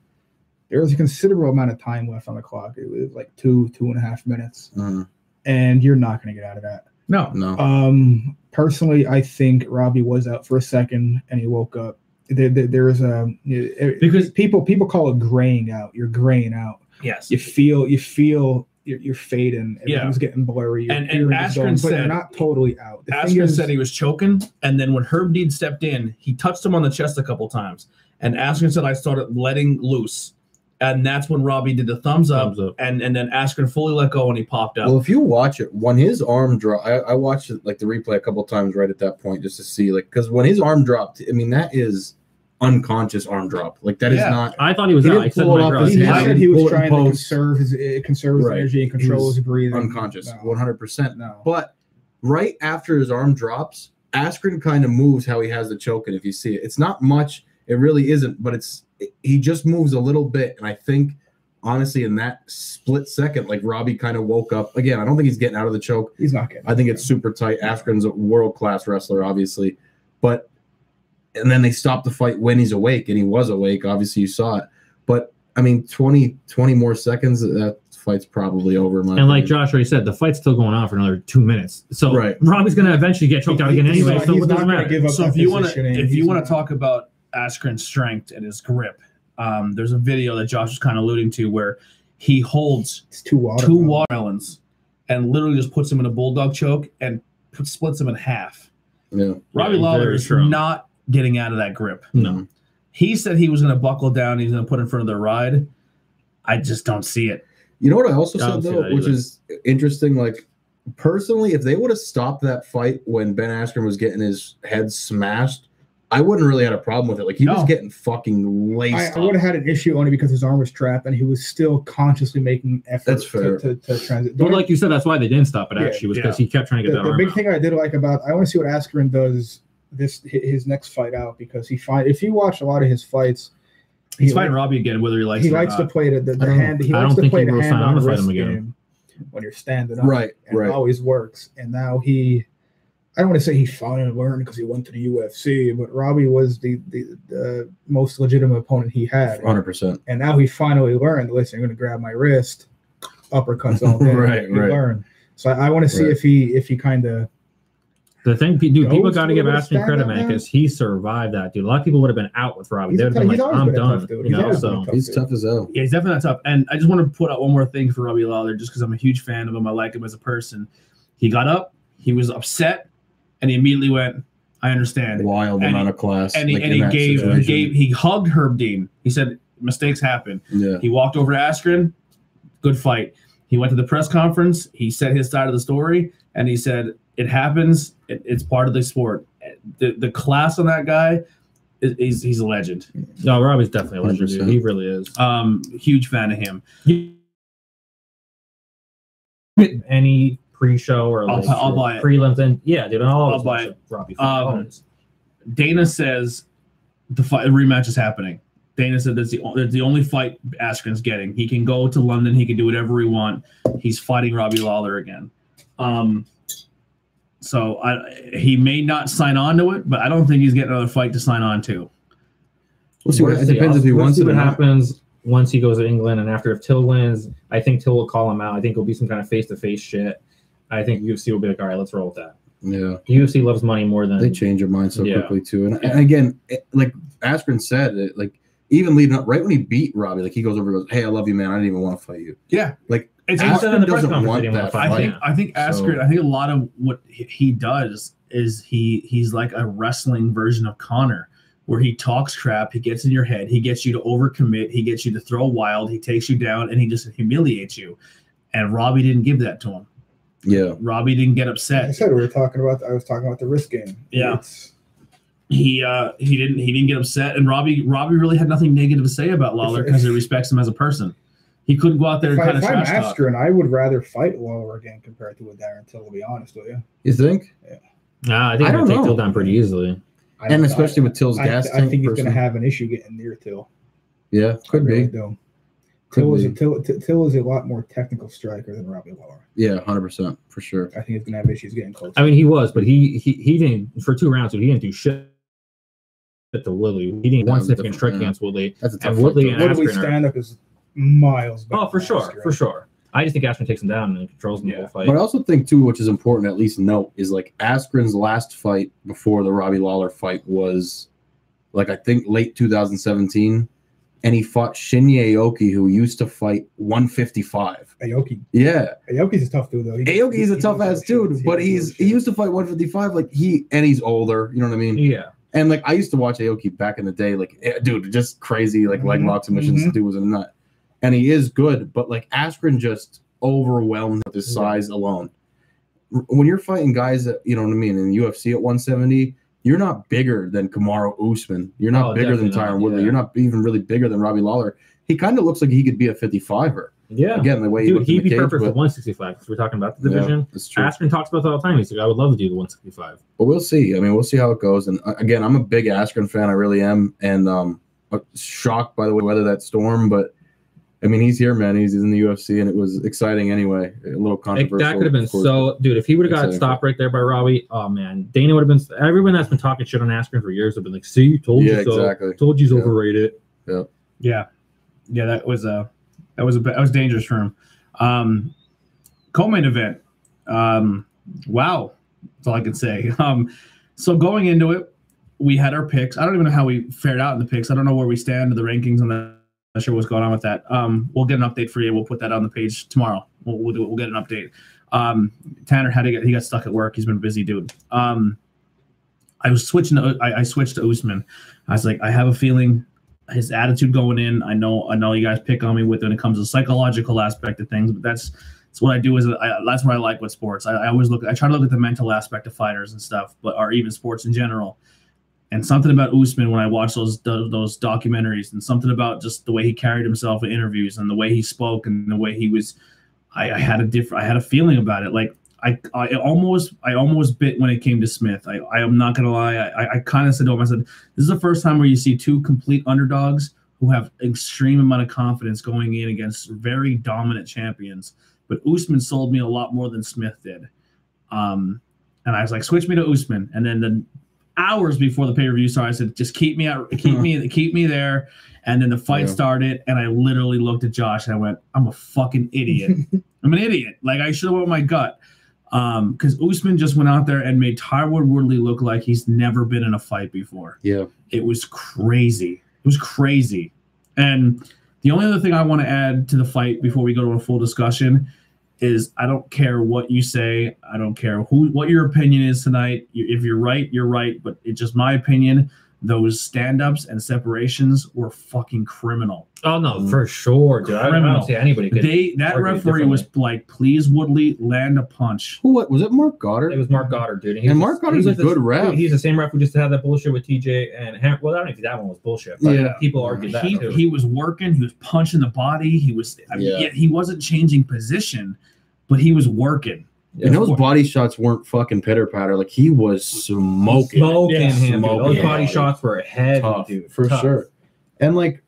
S4: there was a considerable amount of time left on the clock. It was like two two and a half minutes,
S1: Mm,
S4: and you're not going to get out of that.
S2: No.
S1: no.
S4: Um, personally, I think Robbie was out for a second and he woke up. There, there, there is a
S3: Because-
S4: because people people call it graying out. You're graying out.
S2: Yes.
S4: You feel you feel. You're, you're fading.
S2: Yeah.
S4: Everything's getting blurry. your
S2: And- and
S4: hearing is
S2: Askren
S4: going, but
S2: said-
S4: you're not totally out. The thing
S2: Askren
S4: is-
S2: said he was choking, and then when Herb Dean stepped in, he touched him on the chest a couple times. And Askren said, "I started letting loose," and that's when Robbie did the thumbs up,
S3: Thumbs up.
S2: and and then Askren fully let go, and he popped up.
S1: Well, if you watch it, when his arm drop, I, I watched it, like the replay a couple times right at that point just to see, like, because when his arm dropped, I mean that is unconscious arm drop. Like that is
S2: Yeah.
S1: not.
S3: I thought he was
S1: He
S3: out.
S1: didn't
S3: I said
S1: pull it
S3: my
S1: off
S3: brother.
S1: his
S4: He
S1: Yeah,
S4: said
S1: and
S4: he was
S1: bullet
S4: trying
S1: post.
S4: to conserve his eh, conserve his
S1: Right.
S4: energy and
S1: He
S4: control
S1: was
S4: his breathing.
S1: unconscious,
S4: No.
S1: one hundred percent.
S4: No.
S1: But right after his arm drops, Askren kind of moves how he has the choke, and if you see it, it's not much. It really isn't, but it's he just moves a little bit, and I think honestly, in that split second, like Robbie kind of woke up again. I don't think he's getting out of the choke.
S4: He's not getting.
S1: I think it's super tight. Askren's a world class wrestler, obviously, but and then they stopped the fight when he's awake, and he was awake. Obviously, you saw it, but I mean, 20, 20 more seconds, uh, that fight's probably over. in my
S3: And like
S1: opinion.
S3: Josh already said, the fight's still going on for another two minutes. So
S1: Right.
S3: Robbie's gonna eventually get choked out again
S4: He's
S3: anyway.
S4: not-
S3: So
S4: he's
S3: it
S4: not
S3: doesn't
S4: gonna
S3: matter.
S4: give up
S2: so if
S4: that
S2: you want to,
S4: positioning.
S2: if you
S4: He's
S2: want
S4: not-
S2: to talk about Askren's strength and his grip, um, there's a video that Josh was kind of alluding to where he holds
S4: it's two water.
S2: two watermelons and literally just puts him in a bulldog choke and puts, splits him in half.
S1: yeah,
S2: Robbie
S3: Yeah,
S2: Lawler
S3: very
S2: is
S3: strong.
S2: not getting out of that grip.
S3: No.
S2: He said he was going to buckle down. He was going to put in front of the ride. I just don't see it.
S1: You know what I also
S3: I don't
S1: said
S3: see
S1: though,
S3: that
S1: which
S3: either.
S1: is interesting. Like personally, if they would have stopped that fight when Ben Askren was getting his head smashed, I wouldn't really had a problem with it. Like he
S2: No.
S1: was getting fucking
S4: I,
S1: laced.
S4: I would have had an issue only because his arm was trapped and he was still consciously making effort
S1: That's fair.
S4: to, to, to transit.
S3: But like you said, that's why they didn't stop it
S4: Yeah,
S3: actually was because he kept trying to
S4: the,
S3: get that
S4: the
S3: arm
S4: big
S3: out.
S4: thing I did like about I want to see what Askren does this hi- his next fight out because he find if you watch a lot of his fights,
S2: He's
S4: he-
S2: fighting Robbie again, whether he likes
S4: he
S2: it or
S4: likes to
S2: not.
S4: play the, the, the
S3: I don't-
S4: hand. He
S3: I
S4: likes
S3: don't
S4: to
S3: think
S4: play
S3: he
S4: the
S3: will sign
S4: hand
S3: on
S4: on
S3: to fight
S4: wrist
S3: him again.
S4: game when you're standing up.
S1: right,
S4: and
S1: right.
S4: always works. And now he I don't want to say he fought and learned because he went to the UFC, but Robbie was the the, the most legitimate opponent he had,
S1: 100%.
S4: and now he finally learned. Listen, you're going to grab my wrist, uppercuts all
S3: *laughs*
S4: day.
S1: Right,
S4: He
S1: right.
S4: learned. So I, I want to see
S1: Right.
S4: if he if he kind of
S3: The thing, pe- dude, people
S4: Goes
S3: got to
S4: to
S3: give
S4: a
S3: Ashton credit,
S4: stand-up
S3: man,
S4: now?
S3: because he survived that, dude. A lot of people would have been out with Robbie.
S4: He's
S3: They
S4: a
S3: would
S4: tough-
S3: have been like, I'm
S4: he's always been a tough
S3: done.
S4: dude.
S3: You
S4: He's
S3: know,
S4: always been a
S3: so
S4: tough-
S1: He's tough as hell.
S2: Yeah, he's definitely not tough. And I just want to put out one more thing for Robbie Lawler, just because I'm a huge fan of him. I like him as a person. He got up, he was upset, and he immediately went, "I understand."
S1: Wild
S2: And
S1: amount of class.
S2: And he,
S1: like,
S2: and
S1: in
S2: he
S1: that
S2: gave, he
S1: situation.
S2: gave he hugged Herb Dean. He said, "Mistakes happen."
S1: Yeah.
S2: He walked over to Askren. Good fight. He went to the press conference. He said his side of the story, and he said it happens. It, it's part of the sport. The the class on that guy is he's, he's a legend.
S3: no, Robbie's definitely a legend, dude.
S1: 100%.
S3: He really is.
S2: Um, huge fan of him.
S3: Any pre-show or
S2: I'll
S3: like
S2: buy- I'll buy it.
S3: prelims, and yeah, dude, I'll, always
S2: I'll buy
S3: watch
S2: it.
S3: Robbie.
S2: Um, Dana says the fight, the rematch is happening. Dana said that's the o- that's the only fight Askren's getting. He can go to London. He can do whatever he want. He's fighting Robbie Lawler again. Um, so I, he may not sign on to it, but I don't think he's getting another fight to sign on to.
S1: We'll see. What, it
S3: Let's see.
S1: depends if he
S3: Let's
S1: wants
S3: see
S1: it or
S3: what
S1: not.
S3: happens once he goes to England, and after if Till wins, I think Till will call him out. I think it'll be some kind of face-to-face shit. I think UFC will be like, all right, let's roll with that.
S1: Yeah.
S3: The UFC loves money more than
S1: They change their mind so
S3: Yeah.
S1: quickly too. And, and again, it- like Askren said, it, like even leading up, right when he beat Robbie, like he goes over and goes, "Hey, I love you, man. I didn't even want to fight you."
S2: Yeah,
S1: Like,
S2: it's
S3: He said in the press
S1: doesn't
S3: conference
S1: want
S3: he didn't
S1: that
S3: to fight.
S2: I think
S3: Yeah.
S2: I think Askren.
S1: So-
S2: I think a lot of what he- he does is he he's like a wrestling version of Connor, where he talks crap, he gets in your head, he gets you to overcommit, he gets you to throw wild, he takes you down, and he just humiliates you. And Robbie didn't give that to him.
S1: Yeah,
S2: Robbie didn't get
S4: I
S2: upset.
S4: said we were talking about. I was talking about the wrist game.
S2: Yeah.
S4: It's-
S2: He uh he didn't he didn't get upset. And Robbie Robbie really had nothing negative to say about Lawler
S4: If- if-
S2: because he respects him as a person. He couldn't go out there
S4: If,
S2: and
S4: I,
S2: kind
S4: if
S2: of
S4: I'm
S2: trash talk.
S4: Askren, I would rather fight Lawler again compared to a Darren Till. To be honest with you,
S1: you think?
S3: Nah, I think
S1: I
S3: they'll
S1: don't
S3: take
S1: know.
S3: Till down pretty easily.
S4: I,
S1: And
S4: I-
S1: especially with Till's
S4: I,
S1: gas
S4: I,
S1: tank.
S4: think he's going to
S1: person.
S4: have an issue getting near Till.
S1: yeah, could
S4: I really
S1: be.
S4: do.
S1: Could
S4: Till is, a,
S1: be.
S4: Till, Till- Till is a lot more technical striker than Robbie Lawler.
S1: Yeah, hundred percent for sure.
S4: I think he's going to have issues getting close.
S3: I mean, he was, but he he, he didn't for two rounds. Dude, he didn't do shit to Woodley. He didn't
S1: That
S3: one
S1: was
S3: significant
S1: different,
S3: strike
S1: yeah.
S3: against Woodley.
S1: That's a tough.
S3: And
S1: fight,
S3: Woodley
S1: though.
S3: and-
S4: Woodley
S3: Askren are-
S4: stand up is miles. better
S3: Oh, for
S4: than
S3: sure,
S4: Askren.
S3: for sure. I just think Ashton takes him down and controls him
S2: Yeah.
S3: the whole
S1: but I
S3: fight.
S1: also think too, which is important, to at least note, is like Askren's last fight before the Robbie Lawler fight was, like I think late 2017, and he fought Shinya Aoki, who used to fight 155.
S4: Aoki,
S1: Yeah,
S4: Aoki's a tough dude though. He-
S1: Aoki is
S4: he-
S1: a
S4: he
S1: tough
S4: knows
S1: ass
S4: how to shoot.
S1: dude, but
S4: knows how
S1: he's
S4: to
S1: he
S4: shoot.
S1: used to fight 155. Like he and he's older. You know what I mean?
S3: Yeah,
S1: And like I used to watch Aoki back in the day. Like eh, dude, just crazy like leg
S3: Mm-hmm.
S4: Mhm,
S1: lock submissions.
S4: mhm.
S1: Dude was a nut, and he is good. But like Askren just overwhelmed with his
S3: Yeah.
S1: size alone. R- When you're fighting guys that you know what I mean in the UFC at 170. You're not bigger than Kamaru Usman. You're not
S3: Oh,
S1: bigger than
S3: definitely
S1: Tyron
S3: not,
S1: Woodley.
S3: yeah.
S1: You're not even really bigger than Robbie Lawler. He kind of looks like he could be a 55er.
S3: yeah.
S1: Again, the way he
S3: Dude,
S1: looked in
S3: he'd
S1: the
S3: be
S1: cage,
S3: perfect for
S1: but-
S3: 165 because we're talking about the
S1: Yeah,
S3: division.
S1: that's true.
S3: Askren talks about that all the time. He's like, I would love to do the 165.
S1: but we'll see. I mean, we'll see how it goes. And uh, again, I'm a big Askren fan. I really am, and um, uh, shocked by the way weather that storm. But I mean, he's here, man. He's, he's in the UFC, and it was exciting anyway. A little
S3: Like,
S1: controversial.
S3: that could have been
S1: of course,
S3: so, dude. If he would have got
S1: Exactly.
S3: stopped right there by Robbie, oh man, Dana would have been. Everyone that's been talking shit on Askren for years have been like, "See, you
S1: but-
S3: told
S1: Yeah,
S3: you so.
S1: exactly.
S3: Told you's
S1: Yeah.
S3: overrated."
S2: Yeah, yeah, that was a that was a that was dangerous for him. Um, co-main event. Um, wow, that's all I can say. *laughs* Um, so going into it, we had our picks. I don't even know how we fared out in the picks. I don't know where we stand in the rankings. I'm not not sure what's going on with that. Um, we'll get an update for you. We'll put that on the page tomorrow. We'll we'll, do it. we'll get an update. Um, Tanner had to get he got stuck at work. He's been a busy, dude. Um, I was switching. To, I, I switched to Usman. I was like, I have a feeling his attitude going in. I know I know you guys pick on me with when it comes to the psychological aspect of things, but that's that's what I do. Is I, that's what I like with sports. I, I always look. I try to look at the mental aspect of fighters and stuff, but or even sports in general. And something about Usman when I watch those tho- those documentaries, and something about just the way he carried himself in interviews, and the way he spoke, and the way he was. I, I had a different. I had a feeling about it. Like I, I almost, I almost bit when it came to Smith. I, I am not gonna lie. I, I- I kind of said to him, I said, this is the first time where you see two complete underdogs who have extreme amount of confidence going in against very dominant champions. But Usman sold me a lot more than Smith did. Um, and I was like, switch me to Usman. And then the hours before the pay per view started, I said, just keep me out, keep me, keep me there. And then the fight
S1: Yeah.
S2: started, and I literally looked at Josh and I went, I'm a fucking idiot. I'm an idiot. Like I should have went with my gut. Um, because Usman just went out there and made Tyrwood Woodley look like he's never been in a fight before.
S1: Yeah.
S2: It was crazy. It was crazy. And the only other thing I want to add to the fight before we go to a full discussion is I don't care what you say. I don't care who what your opinion is tonight. You- If you're right, you're right. But it's just my opinion. Those stand-ups and separations were fucking criminal.
S3: Oh
S1: Mm-hmm.
S3: no, for sure, dude. I, I
S2: Criminal.
S3: don't see anybody could.
S2: They that
S3: argue
S2: referee was like, please Woodley, land a punch.
S1: Who what, was it? Mark Goddard.
S3: it was Mark Goddard, dude.
S1: And
S3: was-
S1: Mark Goddard's
S3: he was
S1: a good
S3: the,
S1: ref.
S3: He's the same ref who just had that bullshit with TJ and Ham. Well, I don't know if that one was bullshit. But
S1: Yeah.
S3: people argued that.
S2: he,
S3: too.
S2: he was working he was punching the body he was I mean,
S1: Yeah.
S2: yeah, he wasn't changing position but he was working
S3: Yeah.
S1: and those body shots weren't fucking pitter patter. Like he was smoking.
S3: smoking
S2: Yeah.
S3: him. dude.
S1: Smoking
S3: Those body
S1: him.
S3: shots were heavy,
S1: tough,
S3: dude.
S1: for
S3: Tough.
S1: sure. And like,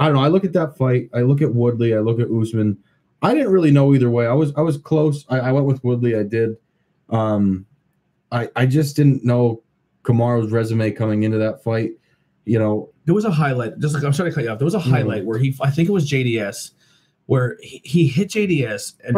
S1: I don't know. I look at that fight. I look at Woodley. I look at Usman. I didn't really know either way. I was I was close. I, I went with Woodley. I did. Um, I I just didn't know Kamaro's resume coming into that fight. You know,
S2: there was a highlight just like i'm sorry to cut you off there was a highlight where he i think it was jds where he, he hit jds and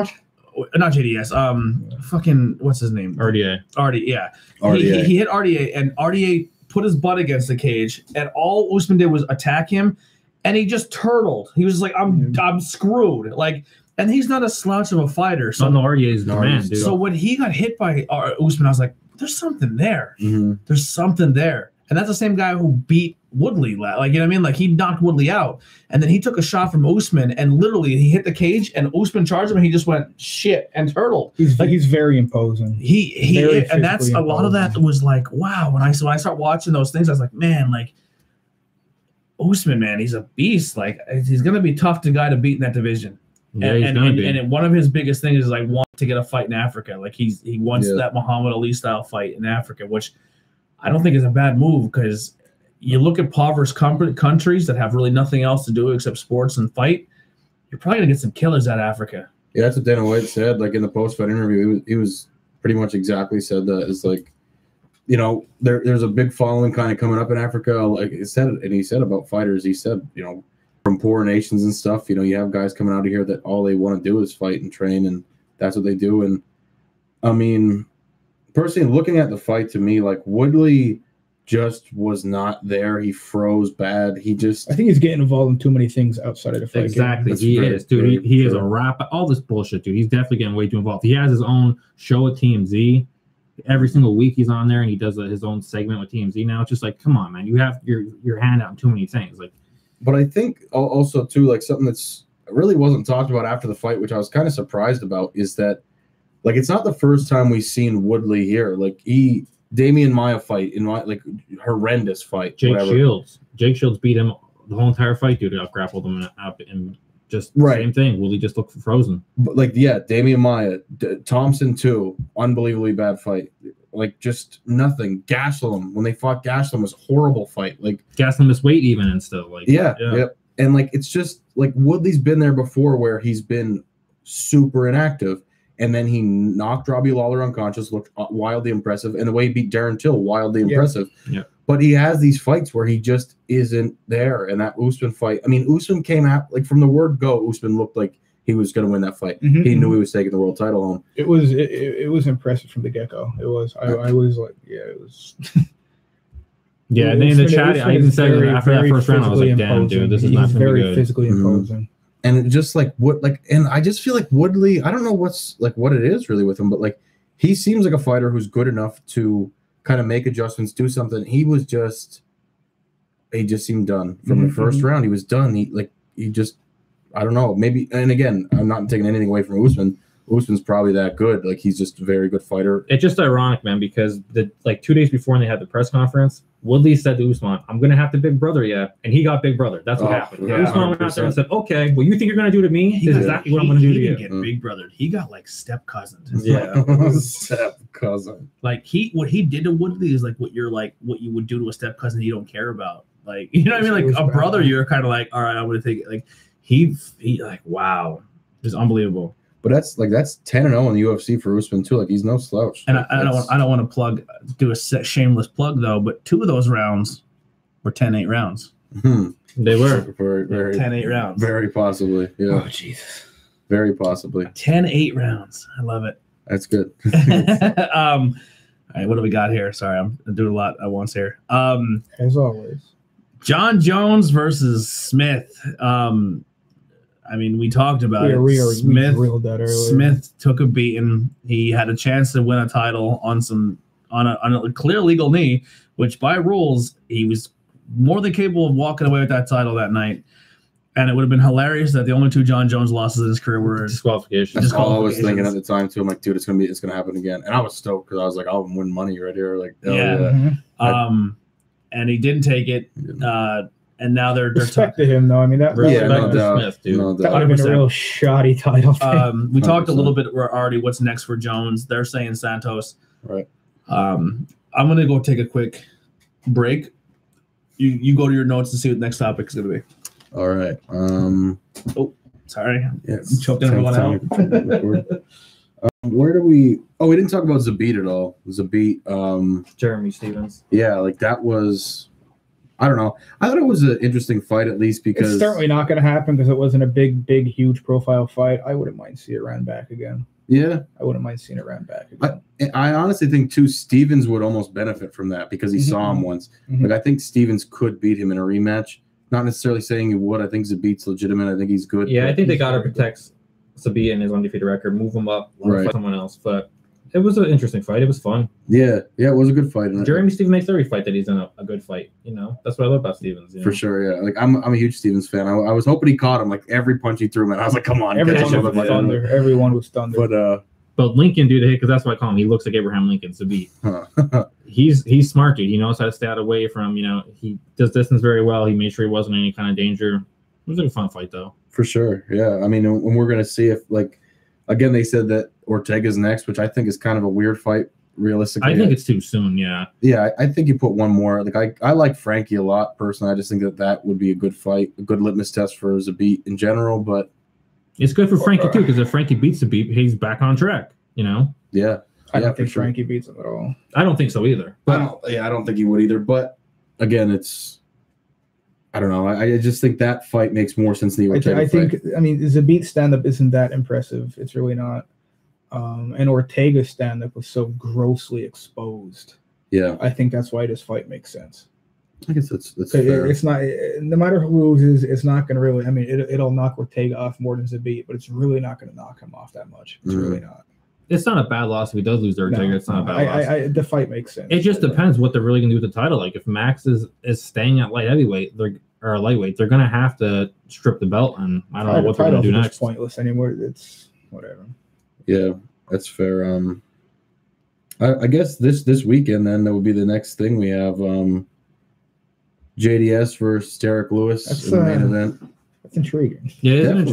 S2: Oh,
S1: Rush.
S2: not jds um fucking what's his name
S3: RDA.
S2: RDA, yeah He, he,
S1: RDA.
S2: he hit RDA, and RDA put his butt against the cage, and all Usman did was attack him, and he just turtled. He was like,
S3: Mm-hmm.
S2: "I'm, I'm screwed." Like, and he's not a slouch of a fighter. So,
S3: So Oh, no, RDA is the
S1: No,
S3: man,
S1: he's-
S3: dude.
S2: so when he got hit by uh, Usman, I was like, "There's something there.
S1: Mhm.
S2: There's something there." And that's the same guy who beat Woodley. la- Like, you know what I mean? Like he knocked Woodley out, and then he took a shot from Usman, and literally he hit the cage, and Usman charged him, and he just went shit and turtled
S4: He's he's very imposing.
S2: he he
S4: Very
S2: and that's a
S4: physically
S2: lot of that
S4: imposing.
S2: was like wow when i when i start watching those things i was like man like Usman, man, he's a beast. Like he's gonna be tough to guy to beat in that division.
S3: yeah,
S2: and,
S3: he's
S2: and,
S3: gonna
S2: and,
S3: be.
S2: and one of his biggest things is like want to get a fight in Africa. Like he's he wants
S1: Yeah.
S2: that Muhammad Ali style fight in Africa, which I don't think is a bad move because you look at impoverished com- countries that have really nothing else to do except sports and fight. You're probably gonna get some killers out of Africa.
S1: Yeah, that's what Dana White said. Like in the post fight interview, he was, he was pretty much exactly said that. It's like, you know, there, there's a big following kind of coming up in Africa. Like he said, and he said about fighters, he said, you know, from poor nations and stuff, you know, you have guys coming out of here that all they want to do is fight and train, and that's what they do. And I mean, personally, looking at the fight to me, like Woodley just was not there. He froze bad. He just,
S4: I think he's getting involved in too many things outside of the fight.
S3: Exactly.
S1: That's
S3: He
S1: very,
S3: is, dude. He,
S1: very
S3: he is a
S1: true.
S3: rap. All this bullshit, dude. He's definitely getting way too involved. He has his own show at TMZ. Every single week he's on there and he does uh his own segment with TMZ now. It's just like, come on, man. You have your your hand out in too many things. Like,
S1: But I think al- also too, like something that's really wasn't talked about after the fight, which I was kind of surprised about, is that like it's not the first time we've seen Woodley here. Like he, Damian Maya fight in my like horrendous fight,
S3: Jake
S1: whatever.
S3: Shields. Jake Shields beat him the whole entire fight, dude. Up grappled him up and just
S1: Right.
S3: same thing. Will he just look frozen?
S1: But like yeah, Damian Maya, D- Thompson too, unbelievably bad fight. Like just nothing. Gaslam when they fought Gaslam was a horrible fight. Like
S3: Gaslam missed weight even and still like
S1: Yeah,
S3: Yeah.
S1: Yep. And like it's just like Woodley's been there before where he's been super inactive. And then he knocked Robbie Lawler unconscious, looked uh, wildly impressive, and the way he beat Darren Till, wildly
S4: Yeah.
S1: impressive.
S3: Yeah.
S1: But he has these fights where he just isn't there. And that Usman fight, I mean, Usman came out like from the word go, Usman looked like he was going to win that fight.
S4: Mhm.
S1: He knew he was taking the world title home.
S4: It was it, it, it was impressive from the get go. It was I, I was like yeah it was
S3: *laughs* Yeah,
S4: It
S3: and in
S4: was
S3: the
S4: fin- it
S3: chat,
S4: was
S3: I even said
S4: very,
S3: after that
S4: very
S3: first round, I was like,
S4: physically
S3: damn, dude, this is
S4: imposing.
S3: not
S4: He's
S3: going to
S4: very
S3: be good.
S4: physically
S1: Mhm.
S4: imposing.
S1: and it just like what like and i just feel like woodley i don't know what's like what it is really with him but like he seems like a fighter who's good enough to kind of make adjustments do something he was just he just seemed done from the
S4: Mhm,
S1: 1st
S2: Mm-hmm.
S1: round he was done he like he just i don't know maybe and again i'm not taking anything away from usman usman's probably that good like he's just a very good fighter
S3: It's just ironic, man, because the like two days before when they had the press conference, Woodley said to Usman, "I'm gonna have to Big Brother yeah," and he got Big Brother. That's what
S1: Oh,
S3: happened.
S1: yeah,
S3: Usman went out there and said, "Okay, what you think you're gonna do to me
S2: He
S3: is
S2: got-
S3: exactly what I'm
S2: he-
S3: gonna do
S2: he
S3: to you."
S2: didn't get
S1: Mm.
S2: big brother. He got like step cousined.
S1: Step cousin
S2: Like he, what he did to Woodley is like what you're like, what you would do to a step cousin you don't care about. Like *laughs* you know what I
S4: It
S2: mean?
S4: was
S2: Like a
S4: bad.
S2: brother, you're kind of like, all right, I'm gonna take it. Like he, he, like wow, just unbelievable.
S1: *laughs* But that's like that's ten and zero in the UFC for Usman too. Like he's no slouch.
S2: And I, I don't
S1: That's-
S2: want, I don't want to plug do a se- shameless plug though, but two of those rounds were 10-8 rounds.
S1: *laughs* Hmm.
S3: They were.
S1: very, very,
S2: 10-8 rounds.
S1: very possibly. Yeah,
S2: Oh Jesus.
S1: very possibly.
S2: 10-8 rounds. I love it.
S1: That's good. *laughs*
S2: *laughs* um all right, what do we got here? Sorry, I'm doing a lot at once here. Um
S4: as always.
S2: John Jones versus Smith. Um I mean, we talked about
S4: We,
S2: it.
S4: we, already- we
S2: Smith
S4: drilled that earlier.
S2: Smith took a beating. He had a chance to win a title on some on a, on a clear legal knee, which by rules he was more than capable of walking away with that title that night. And it would have been hilarious that the only two John Jones losses in his career were.
S3: Disqualification.
S1: That's all I was
S2: Disqualifications.
S1: thinking at the time too. I'm like, dude, it's gonna be, it's gonna happen again. And I was stoked because I was like, I'll win money right here. Like, hell
S2: Yeah.
S3: uh,
S1: yeah.
S4: Mhm.
S2: Um, and he didn't take it. Uh, and now they're they're.
S4: *laughs* Respect to him, though. I mean, that, that,
S1: Yeah, no
S3: Respect to
S1: doubt.
S3: Smith, dude.
S1: No
S4: that
S1: doubt.
S4: would have been a
S2: 100%.
S4: real shoddy title.
S3: Uh,
S4: thing.
S2: um, we talked a
S1: 100%.
S2: little bit we're already. What's next for Jones? They're saying Santos.
S1: Right.
S2: Um, I'm gonna go take a quick break. You you go to your notes and see what the next topic is gonna be.
S1: All right. Um.
S2: Sorry,
S1: Yes.
S2: Choked everyone out.
S1: *laughs* um, where do we? Oh, we didn't talk about Zabit at all. Zabit. Um.
S3: Jeremy Stevens.
S1: Yeah. Like that was. I don't know. I thought it was an interesting fight at least
S4: it's
S1: because
S4: certainly not going to happen because it wasn't a big, big, huge profile fight. I wouldn't mind seeing it ran back again.
S1: yeah,
S4: I wouldn't mind seeing it ran back again.
S1: And I honestly think too Stevens would almost benefit from that because he
S3: Mm-hmm.
S4: Mhm.
S1: saw him once.
S4: Mhm.
S1: Like I think Stevens could beat him in a rematch. Not necessarily saying he would. I think Zabit's legitimate. I think he's good.
S3: Yeah, I think they
S4: he's
S3: got to
S4: very good.
S3: protect Sabi and his undefeated record, move him up, let him
S1: Right.
S3: fight someone else. But it was an interesting fight. It was fun.
S1: Yeah, yeah, it was a good fight. and I-
S3: Jeremy Stevens makes every fight that he's in a, a good fight. You know, that's what I love about Stevens. You know?
S1: For sure, yeah. Like I'm, I'm a huge Stevens fan. I, I was hoping he caught him. Like every punch he threw him, and I was like, "Come on,
S4: Everyone
S1: catch
S4: was
S1: him,
S3: Everyone
S1: motherfucker."
S4: thunder. Everyone was thunder.
S1: But uh,
S3: But Lincoln, dude, because that's why I call him. He looks like Abraham Lincoln. Sabi.
S1: huh. *laughs*
S3: He's he's smart, dude. He knows how to stay out away from. You know, he does distance very well. He made sure he wasn't in any kind of danger. It was a fun fight though.
S1: for sure, yeah. I mean, and and we're gonna see if like, again, they said that Ortega's next, which I think is kind of a weird fight. Realistically,
S3: I think it's too soon. Yeah,
S1: Yeah, I, I think you put one more. Like I, I like Frankie a lot personally. I just think that that would be a good fight, a good litmus test for Zabit in general. But
S3: it's good for Frankie too because if Frankie beats Sabi, he's back on track. You know,
S1: yeah,
S4: I
S1: yeah,
S4: don't
S1: for
S4: think
S1: sure.
S4: Frankie beats him at all.
S3: I don't think so either.
S1: I don't, yeah, I don't think he would either. But again, it's I don't know. I, I just think that fight makes more sense than the
S4: I, thi-
S1: Ortega
S4: I
S1: fight.
S4: think I mean Zabit stand up isn't that impressive. It's really not. Um, and Ortega's stand up was so grossly exposed.
S1: yeah,
S4: I think that's why this fight makes sense.
S1: I guess that's that's
S4: So it-
S1: fair.
S4: it's not no matter who loses, it's not going to really. I mean, it, it'll knock Ortega off more than Zabit, but it's really not going to knock him off that much. It's
S1: Mhm.
S4: really not.
S3: It's not a bad loss if he does lose to Ortega.
S4: No,
S3: it's not a
S4: no,
S3: bad
S4: I,
S3: loss.
S4: I, I, the fight makes sense.
S3: It just depends what they're really gonna do with the title. Like if Max is is staying at light heavyweight, they're or lightweight, they're gonna have to strip the belt, and I don't know what they're gonna
S4: Titles
S3: do
S4: are just
S3: next.
S4: Pointless anymore. It's whatever.
S1: yeah, that's fair. Um, I, I guess this this weekend then that would be the next thing we have. Um, JDS versus Derek Lewis
S4: That's,
S1: in the main
S4: uh,
S1: event.
S4: That's intriguing.
S3: Yeah, it's
S1: Definitely.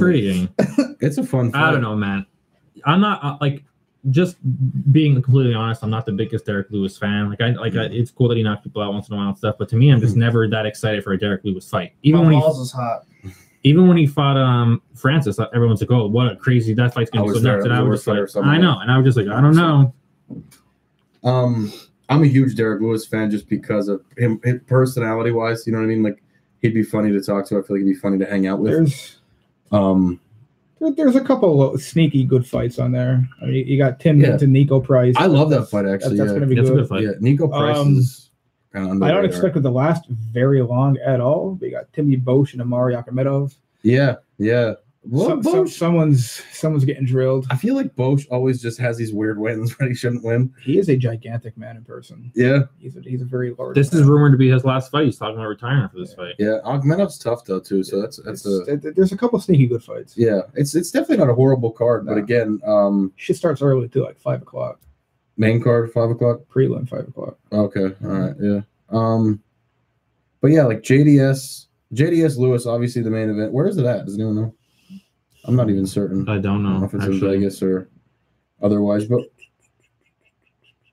S3: intriguing.
S1: It's a fun. Fight.
S3: I don't know, man. I'm not uh, like just being completely honest. I'm not the biggest Derek Lewis fan. Like I like I, it's cool that he knocks people out once in a while and stuff, but to me, I'm just
S1: Mm-hmm.
S3: never that excited for a Derek Lewis fight. Even when he
S2: is hot.
S3: even when he fought um Francis, uh, everyone's like, "Oh, what a crazy that fight's
S1: I
S3: gonna go
S1: was there.
S3: nuts."
S1: That
S3: And I
S1: was the
S3: was
S1: worst fight I ever
S3: just like,
S1: saw in my
S3: "I know," and I was just like, "I don't know."
S1: Um, I'm a huge Derek Lewis fan just because of him, him personality wise. You know what I mean? Like he'd be funny to talk to. I feel like he'd be funny to hang out with.
S4: There's
S1: Um,
S4: there, there's a couple of sneaky good fights on there. I mean, you got Tim
S1: Yeah.
S4: to Nico Price.
S1: I love that
S4: That's-
S1: fight
S4: That's,
S1: actually.
S4: that's
S1: yeah.
S4: going to be
S3: That's a
S4: good.
S3: good fight.
S1: yeah, Nico Price
S4: Um,
S1: is kind of under.
S4: I
S1: the
S4: don't
S1: radar.
S4: expect it to last very long at all. They got Timmy Bosch and Amari Akhmedov.
S1: Yeah, yeah. Well,
S4: Some- some-
S1: Bosch.
S4: someone's someone's getting drilled.
S1: I feel like Bosch always just has these weird wins *laughs* when he shouldn't win.
S4: He is a gigantic man in person.
S1: Yeah,
S4: He's a, he's a very large.
S3: This
S4: man.
S3: is rumored to be his last fight. He's talking about retiring for this fight.
S1: yeah. Akhmenov's tough though too, so that's that's
S4: It's-
S1: a
S4: there- there- there's a couple sneaky good fights.
S1: yeah. It's it's definitely not a horrible card, but
S4: No.
S1: again, um,
S4: Shit starts early too, like five o'clock
S1: main card five o'clock.
S4: prelim, five o'clock.
S1: Okay. All right. Yeah. Um, but yeah, like JDS, JDS Lewis, obviously the main event. Where is it at? Does anyone know? I'm not even certain. I
S3: I don't
S1: don't know
S3: know.
S1: if it's in
S3: actually.
S1: Vegas or otherwise, but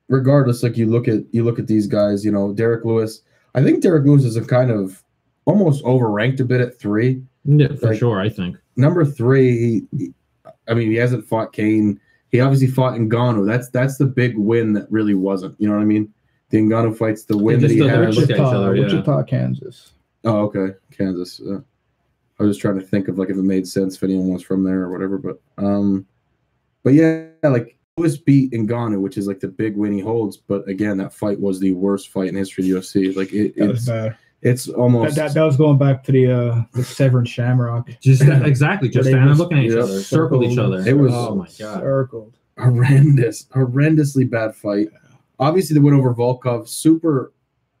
S1: regardless, like you look at you look at these guys. You know, Derek Lewis. I think Derek Lewis is a kind of almost overranked a bit at three.
S3: Yeah, for
S1: Like-
S3: sure. I think
S1: Number three, he- I mean, he hasn't fought Kane. He obviously fought Ngannou. That's that's the big win that really wasn't. You know what I mean? The Ngannou fight's the win
S3: Yeah,
S1: that he
S3: just the-
S1: has.
S3: look at each
S4: Wichita,
S3: other, yeah.
S4: Wichita, Kansas.
S1: Oh, okay, Kansas. Uh, I was just trying to think of like if it made sense if anyone was from there or whatever. But um, but yeah, like Lewis beat Ngannou, which is like the big win he holds. But again, that fight was the worst fight in history of the UFC. Like it,
S4: That was
S1: it's
S4: bad.
S1: it's
S4: That,
S1: almost
S4: that, that was going back to the uh, the severed shamrock.
S2: *laughs*
S3: Just exactly, just
S4: They
S3: standing
S4: just-
S3: looking at each
S1: yeah,
S3: other, circled each
S4: circled.
S3: other.
S1: It was-
S3: oh my god.
S4: Circled.
S1: horrendous, horrendously bad fight. Obviously, the win over Volkov, super,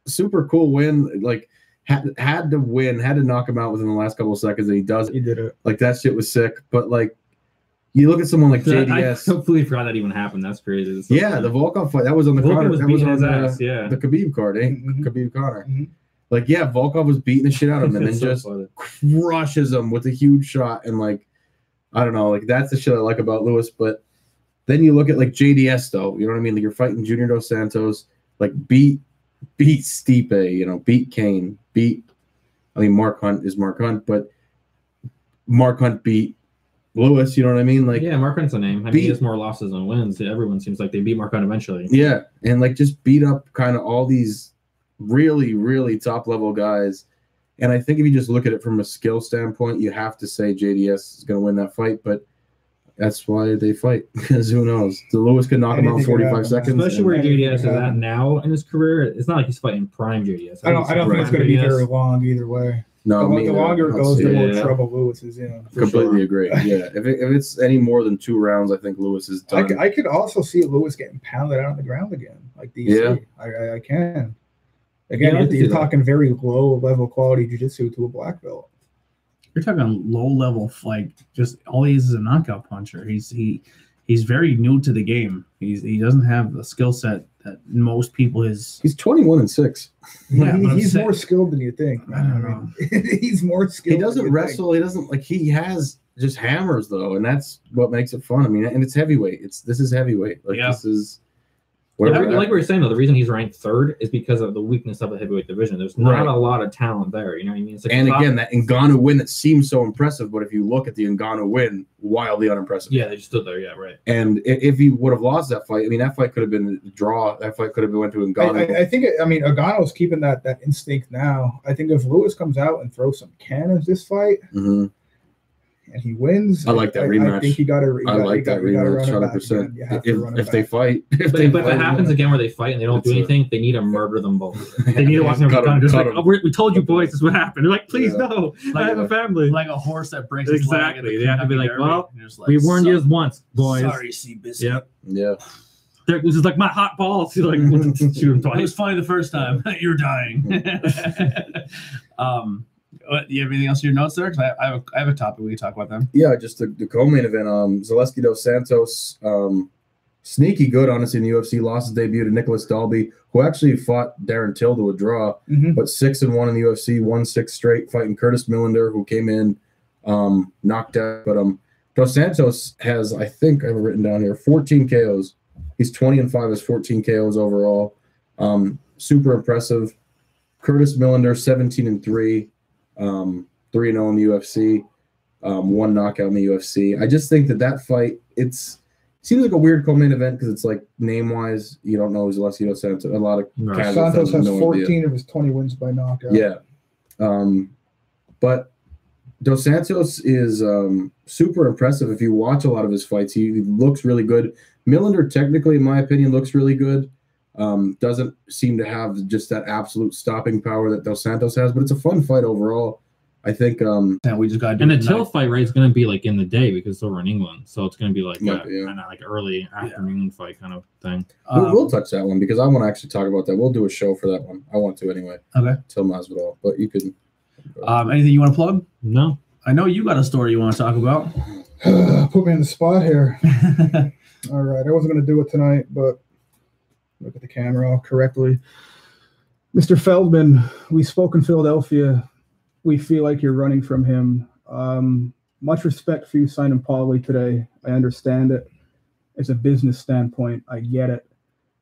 S1: super cool win. Like had had to win, had to knock him out within the last couple of seconds, and he does. it.
S4: He did it.
S1: Like that shit was sick. But like, you look at someone like
S3: I *laughs*
S1: JDS.
S3: completely forgot that even happened. That's crazy. That's so
S1: Yeah, the
S3: funny.
S1: Volkov fight. That was on the
S3: Vulcan
S1: card.
S3: was
S1: that was
S3: beating
S1: on
S3: his
S1: the,
S3: ass. Mm-hmm. Yeah.
S1: the Khabib card, eh?
S4: Mhm.
S1: Khabib Connor.
S4: Mhm.
S1: Like, yeah, Volkov was beating the shit out of him and then
S3: It's *laughs* so
S1: just
S3: funny.
S1: crushes him with a huge shot. And, like, I don't know. Like, that's the shit I like about Lewis. But then you look at, like, JDS, though. You know what I mean? Like, you're fighting Junior Dos Santos. Like, beat beat Stipe, you know, beat Kane, beat, I mean, Mark Hunt is Mark Hunt, but Mark Hunt beat Lewis. You know what I mean? Like,
S3: yeah, Mark Hunt's a name. I mean,
S1: beat-
S3: he has more losses than wins. Everyone seems like they beat Mark Hunt eventually.
S1: Yeah, and like just beat up kind of all these really, really top level guys. And I think if you just look at it from a skill standpoint, you have to say JDS is going to win that fight, but that's why they fight *laughs* because who knows? The Lewis could knock him out in
S4: Anything could
S1: 45
S4: happen.
S1: seconds.
S3: Especially where
S4: Anything
S3: JDS is
S4: can
S3: at
S4: happen.
S3: now in his career. It's not like he's fighting prime JDS.
S4: I don't. I don't think it's going to be
S3: prime JDS.
S4: very long either way.
S1: no,
S4: the, lo-
S1: Oh, me
S4: the
S1: neither.
S4: longer it
S1: I'll
S4: goes,
S1: see
S4: the
S1: it.
S4: more
S3: Yeah.
S4: trouble Lewis is in.
S3: for
S1: completely
S3: sure.
S1: agree. Yeah, if, it, if it's any more than two rounds, I think Lewis is
S4: I,
S1: done.
S4: c- I could also see Lewis getting pounded out on the ground again, like DC.
S1: Yeah.
S4: I, I, I can. Again,
S3: Yeah, I
S4: you're,
S3: can
S4: you're
S3: see that.
S4: talking very low level quality jujitsu to a black belt.
S2: You're talking low level, like just all he is is a knockout puncher. He's he he's very new to the game. He's he doesn't have the skill set that most people is.
S1: He's 21 and 6.
S2: Yeah,
S4: He-
S2: but I'm
S4: he's
S2: saying-
S4: more skilled than you think.
S2: I don't
S4: man. I mean, *laughs* he's more skilled.
S1: He
S4: than
S1: doesn't
S4: you think.
S1: wrestle. He doesn't like he has just hammers though, and that's what makes it fun. I mean, and it's heavyweight. It's this is heavyweight. Like
S2: Yeah.
S1: this is
S3: Yeah,
S1: whatever.
S3: like we were saying though, the reason he's ranked third is because of the weakness of the heavyweight division. There's not
S1: Right.
S3: a lot of talent there. You know what I mean? It's like
S1: and
S3: top-
S1: again, that Ngannou win that seems so impressive, but if you look at the Ngannou win, wildly unimpressive.
S3: yeah, they just stood there. Yeah, right.
S1: And i- if he would have lost that fight, I mean, that fight could have been a draw. That fight could have been went to
S4: I,
S1: Ngannou.
S4: I, I think. I mean, Agano's keeping that that instinct now. I think if Lewis comes out and throws some cannons this fight
S1: Mhm.
S4: and he wins,
S1: I like that
S4: I,
S1: rematch.
S4: think you got to.
S1: I like that rematch, hundred percent. If, if they fight, *laughs* if
S3: But
S1: they
S3: if, but if it
S1: fight-
S3: happens again where they fight and they don't
S1: It's
S3: do
S1: a-
S3: anything, they need to murder them both. They need to watch them
S1: *laughs* Cut 'em,
S3: run. Just
S1: cut
S3: like,
S1: 'em.
S3: "Oh, we- we told you boys this is what happened. They're like, please
S1: Yeah.
S3: no,
S2: Like-
S3: I have a family.
S2: Like a horse that breaks his leg.
S3: Exactly. They have to be like, well, we
S2: warn
S3: warned you once, boys.
S2: Sorry, Seabiscuit.
S3: Yeah.
S1: yeah,
S3: They're, this is like my hot balls. *laughs* He's like, we'll just shoot him
S2: It was
S3: twice.
S2: funny the first time. *laughs* You're dying.
S3: Hmm.
S2: *laughs* um, what, you have anything else in your notes there? 'Cause I, I, have a, I have a topic we can talk about them.
S1: Yeah, just the, the co-main event. Um, Zaleski dos Santos, um, sneaky good, honestly, in the UFC. Lost his debut to Nicholas Dalby, who actually fought Darren Till to a draw,
S4: Mhm.
S1: but six and one in the UFC, one six straight, fighting Curtis Millender, who came in, um, knocked out. But um, dos Santos has, I think, I've written down here, 14 KOs. He's 20 and five, is 14 KOs overall. Um, super impressive. Curtis Millender, 17 and three, um, three and zero in the UFC um, one knockout in the UFC. I just think that that fight, it's seems like a weird co-main event because it's like name wise, you don't know Zalesio Santos. A lot of
S3: Right.
S1: I have
S4: Santos has
S1: no idea.
S4: 14 of his 20 wins by knockout.
S1: yeah, um, but Dos Santos is um, super impressive. If you watch a lot of his fights, he looks really good. Millender, technically, in my opinion, looks really good. Um, doesn't seem to have just that absolute stopping power that Dos Santos has, but it's a fun fight overall. I think um,
S2: Yeah, we just got to do
S3: And the
S2: it tonight.
S3: Till fight, right, is going to be like in the day because it's over in England. So it's going to be like,
S1: Might
S3: a-
S1: be, yeah.
S3: kinda like early afternoon fight kind of thing.
S1: We'll,
S2: Um,
S1: we'll touch that one because I want to actually talk about that. We'll do a show for that one. I want to anyway.
S2: Okay.
S1: Till Masvidal, but you can.
S2: um, anything you want to plug?
S3: No.
S2: I know you got a story you want to talk about. *laughs*
S4: *sighs* Put me on the spot here.
S2: yeah,
S4: All right. I wasn't going to do it tonight, but look at the camera correctly. Mr. Feldman, we spoke in Philadelphia. We feel like you're running from him. Um, much respect for you signing Pauli today. I understand it. It's a business standpoint. I get it.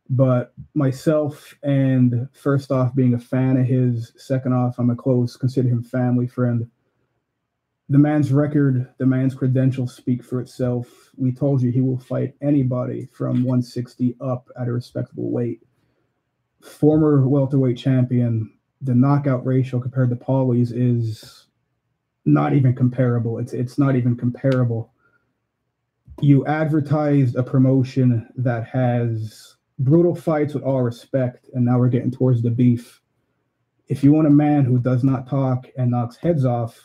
S4: But myself and first off being a fan of his, second off, I'm a close, consider him family friend. the man's record, the man's credentials speak for itself. We told you he will fight anybody from 160 up at a respectable weight. Former welterweight champion, the knockout ratio compared to Paulie's is not even comparable. It's it's not even comparable. You advertised a promotion that has brutal fights with all respect, and now we're getting towards the beef. If you want a man who does not talk and knocks heads off,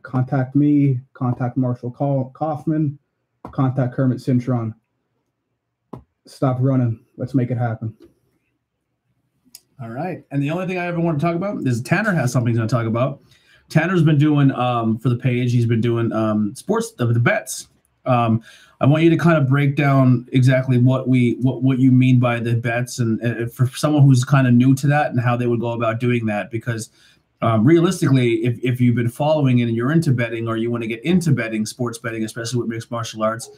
S4: contact me, contact Marshall Call, Kaufman, contact Kermit Cintron. Stop running. Let's make it happen.
S2: All right. And the only thing I ever want to talk about is Tanner has something he's going to talk about. Tanner's been doing um, for the page. He's been doing um, sports the, the bets. Um, I want you to kind of break down exactly what we what what you mean by the bets, and, and for someone who's kind of new to that, and how they would go about doing that. Because um, realistically, if, if you've been following it and you're into betting or you want to get into betting, sports betting, especially with mixed martial arts,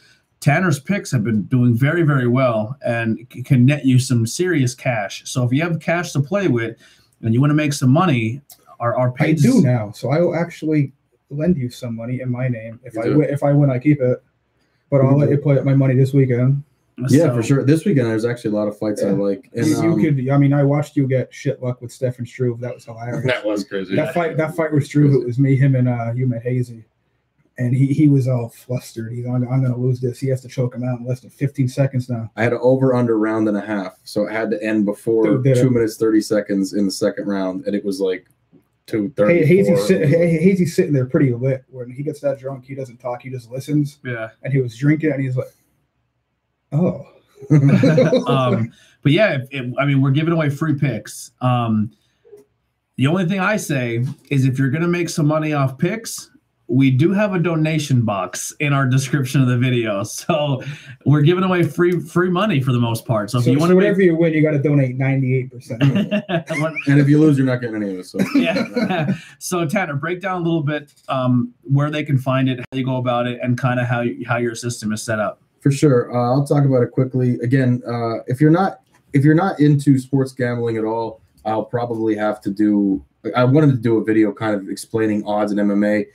S2: Tanner's picks have been doing very, very well and c- can net you some serious cash. So if you have cash to play with and you want to make some money, our, our
S4: I
S2: page
S4: do now, so I will actually lend you some money in my name if
S1: You
S4: I
S1: do.
S4: win, if I win, I keep it. But I'll let you play up my money this weekend.
S1: Yeah, for sure. This weekend there's actually a lot of fights I
S4: Yeah.
S1: like. And,
S4: you, you
S1: um,
S4: could. I mean, I watched you get shit luck with Stefan Struve. That was hilarious.
S5: That was crazy.
S4: that fight that fight was true. It was me, him, and uh you met Hazy. And he he was all flustered. He's I'm, I'm gonna lose this. He has to choke him out in less than 15 seconds now.
S1: I had an over under round and a half, so it had to end before
S4: Dude, did
S1: two
S4: it.
S1: minutes thirty seconds in the second round, and it was like two
S4: Hey,
S1: thirty.
S4: Hazy's, *laughs* sit, hey, Hazy's sitting there pretty lit. When he gets that drunk, he doesn't talk, he just listens.
S2: Yeah.
S4: And he was drinking and he's like,
S1: *laughs*
S4: Oh. *laughs*
S2: um, but yeah, if, if, I mean, we're giving away free picks. Um, the only thing I say is if you're going to make some money off picks, we do have a donation box in our description of the video. *laughs* So we're giving away free free money for the most part. So
S4: so,
S2: if you
S4: so
S2: want to
S4: whatever you win, you gotta donate *laughs* 98%.
S2: *laughs* make
S1: *laughs* and if you lose, you're not getting any of it. So *laughs*
S2: yeah. so Tanner, break down a little bit um, where they can find it, how you go about it, and kind of how you, how your system is set up.
S1: for sure. Uh, I'll talk about it quickly. Again, uh, if you're not if you're not into sports gambling at all, I'll probably have to do. I wanted to do a video kind of explaining odds in MMA,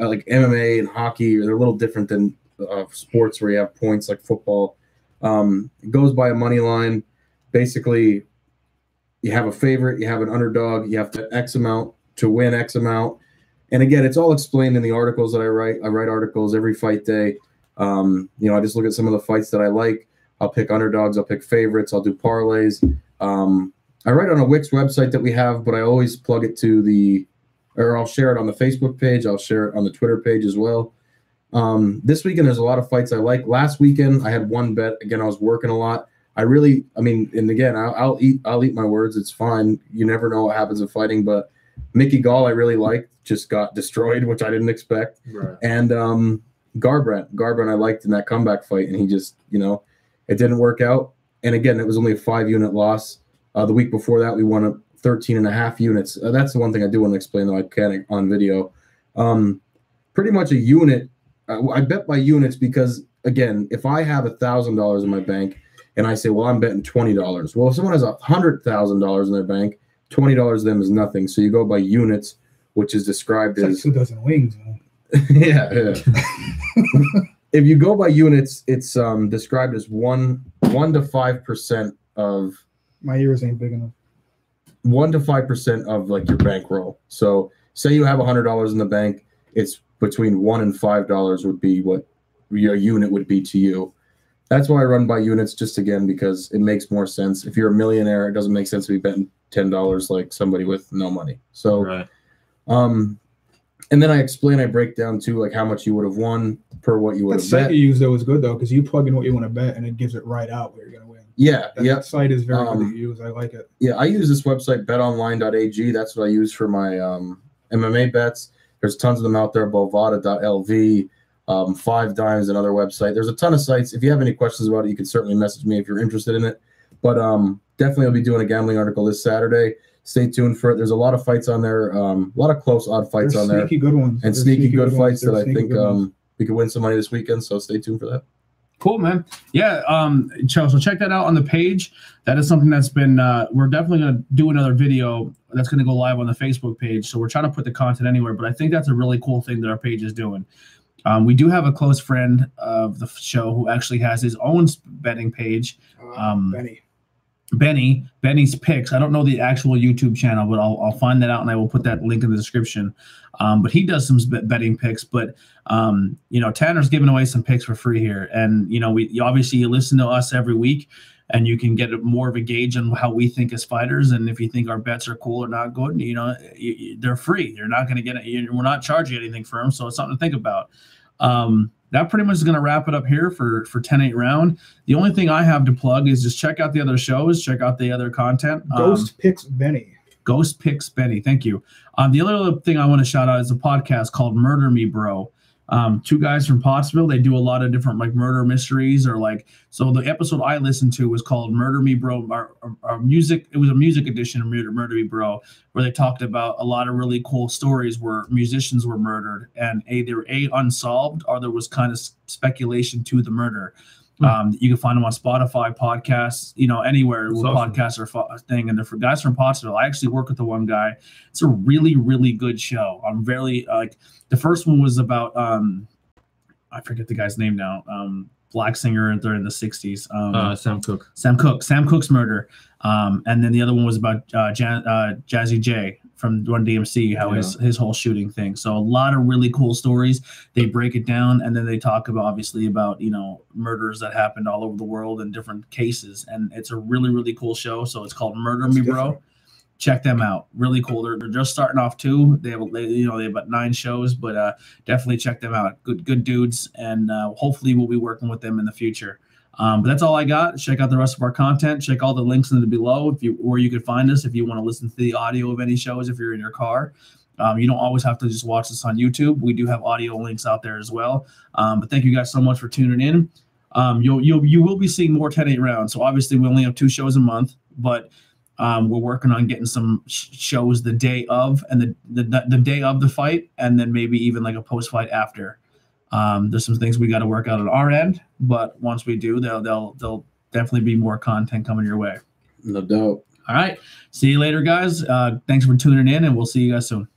S1: uh, like MMA and hockey. They're a little different than uh, sports where you have points like football. Um, it goes by a money line. Basically, you have a favorite, you have an underdog, you have to X amount to win X amount. And again, it's all explained in the articles that I write. I write articles every fight day. Um, you know, I just look at some of the fights that I like. I'll pick underdogs. I'll pick favorites. I'll do parlays. Um, I write on a Wix website that we have, but I always plug it to the, or I'll share it on the Facebook page. I'll share it on the Twitter page as well. Um, this weekend, there's a lot of fights I like. Last weekend, I had one bet. Again, I was working a lot. I really, I mean, and again, I'll, I'll eat, I'll eat my words. It's fine. You never know what happens in fighting, but Mickey Gall, I really liked, just got destroyed, *laughs* which I didn't expect and um, Garbrandt. Garbrandt, I liked in that comeback fight, and he just, you know, it didn't work out. And again, it was only a five unit loss. Uh, the week before that, we won a 13 and a half units. Uh, that's the one thing I do want to explain, though, I can on video. Um, pretty much a unit. I, I bet by units because, again, if I have a $1,000 in my bank and I say, well, I'm betting $20, well, if someone has a $100,000 in their bank, $20 to them is nothing. So you go by units, which is described
S4: It's like
S1: as
S4: two dozen wings. man.
S1: *laughs* yeah, yeah. if you go by units, it's um, described as one one to five percent of
S4: My ears ain't big enough.
S1: one to five percent of like your bankroll. So say you have a hundred dollars in the bank, it's between one and five dollars would be what your unit would be to you. That's why I run by units just again because it makes more sense. If you're a millionaire, it doesn't make sense to be betting ten dollars like somebody with no money. So
S5: Right.
S1: um and then I explain, I break down too like how much you would have won per what you would
S4: That
S1: have
S4: site
S1: bet.
S4: you use though is good though, because you plug in what you want to bet and it gives it right out where you're gonna win.
S1: Yeah,
S4: That
S1: yeah,
S4: site is very good
S1: Um,
S4: to use. I like it.
S1: yeah. I use this website betonline.ag. That's what I use for my um, MMA bets. There's tons of them out there. Bovada.lv, um, Five Dimes, another website. There's a ton of sites. If you have any questions about it, you can certainly message me if you're interested in it. But um, definitely, I'll be doing a gambling article this Saturday. Stay tuned for it. There's a lot of fights on there. Um, a lot of close odd fights on
S4: There's
S1: there,
S4: sneaky good ones.
S1: and
S4: There's
S1: sneaky, good
S4: ones.
S1: fights that
S4: There's
S1: I
S4: sneaky
S1: think
S4: good ones.
S1: um, we could win some money this weekend. So stay tuned for that.
S2: Cool, man. Yeah, um, Chelsea, so check that out on the page. That is something that's been. Uh, we're definitely going to do another video that's going to go live on the Facebook page. So we're trying to put the content anywhere, but I think that's a really cool thing that our page is doing. Um, we do have a close friend of the f- show who actually has his own s- betting page, Um,
S4: Benny.
S2: Benny. Benny's picks. I don't know the actual YouTube channel, but I'll, I'll find that out and I will put that link in the description. Um, but he does some bet- betting picks. But um, you know, Tanner's giving away some picks for free here, and you know, we you- obviously you listen to us every week, and you can get a- more of a gauge on how we think as fighters, and if you think our bets are cool or not good, you know, you, you- they're free. You're not going to get it. you- We're not charging anything for them, so it's something to think about. Um, that pretty much is going to wrap it up here for for 10-8 round. The only thing I have to plug is just check out the other shows, check out the other content. Um,
S4: Ghost picks Benny.
S2: Ghost Picks Benny. Thank you. Um, the other thing I want to shout out is a podcast called Murder Me Bro. Um, two guys from Pottsville. They do a lot of different like murder mysteries or like. So the episode I listened to was called Murder Me Bro. Our, our- our music. It was a music edition of Murder Murder Me Bro, where they talked about a lot of really cool stories where musicians were murdered and a they were a unsolved or there was kind of s- speculation to the murder.
S3: Hmm.
S2: Um, you can find them on Spotify, podcasts, you know, anywhere
S3: That's
S2: where
S3: awesome.
S2: podcasts are fo- thing. And they're for guys from Pottsville. I actually work with the one guy. It's a really, really good show. I'm very like the first one was about um, I forget the guy's name now. Um, black singer, and they're in the '60s. Um,
S3: Uh, Sam Cook.
S2: Sam Cook, Sam Cook's murder. Um, and then the other one was about uh, Jan, uh, Jazzy J from Run DMC, how his his whole shooting thing. So a lot of really cool stories. They break it down, and then they talk about obviously about you know murders that happened all over the world and different cases. And it's a really really cool show. So it's called Murder
S4: It's
S2: Me, Bro. Check them out. Really cool. They're, they're just starting off too. They have they, you know they have about nine shows, but uh, definitely check them out. Good good dudes, and uh, hopefully we'll be working with them in the future. Um, but that's all I got. Check out the rest of our content. Check all the links in the below if you or you can find us if you want to listen to the audio of any shows if you're in your car. Um, you don't always have to just watch this on YouTube. We do have audio links out there as well. Um, but thank you guys so much for tuning in. Um, you'll you'll you will be seeing more 10-8 rounds. So obviously we only have two shows a month, but um, we're working on getting some sh- shows the day of and the, the the day of the fight, and then maybe even like a post fight after. Um, there's some things we got to work out on our end, but once we do, they'll they'll they'll definitely be more content coming your way.
S1: No doubt.
S2: All right, see you later, guys. Uh, thanks for tuning in, and we'll see you guys soon.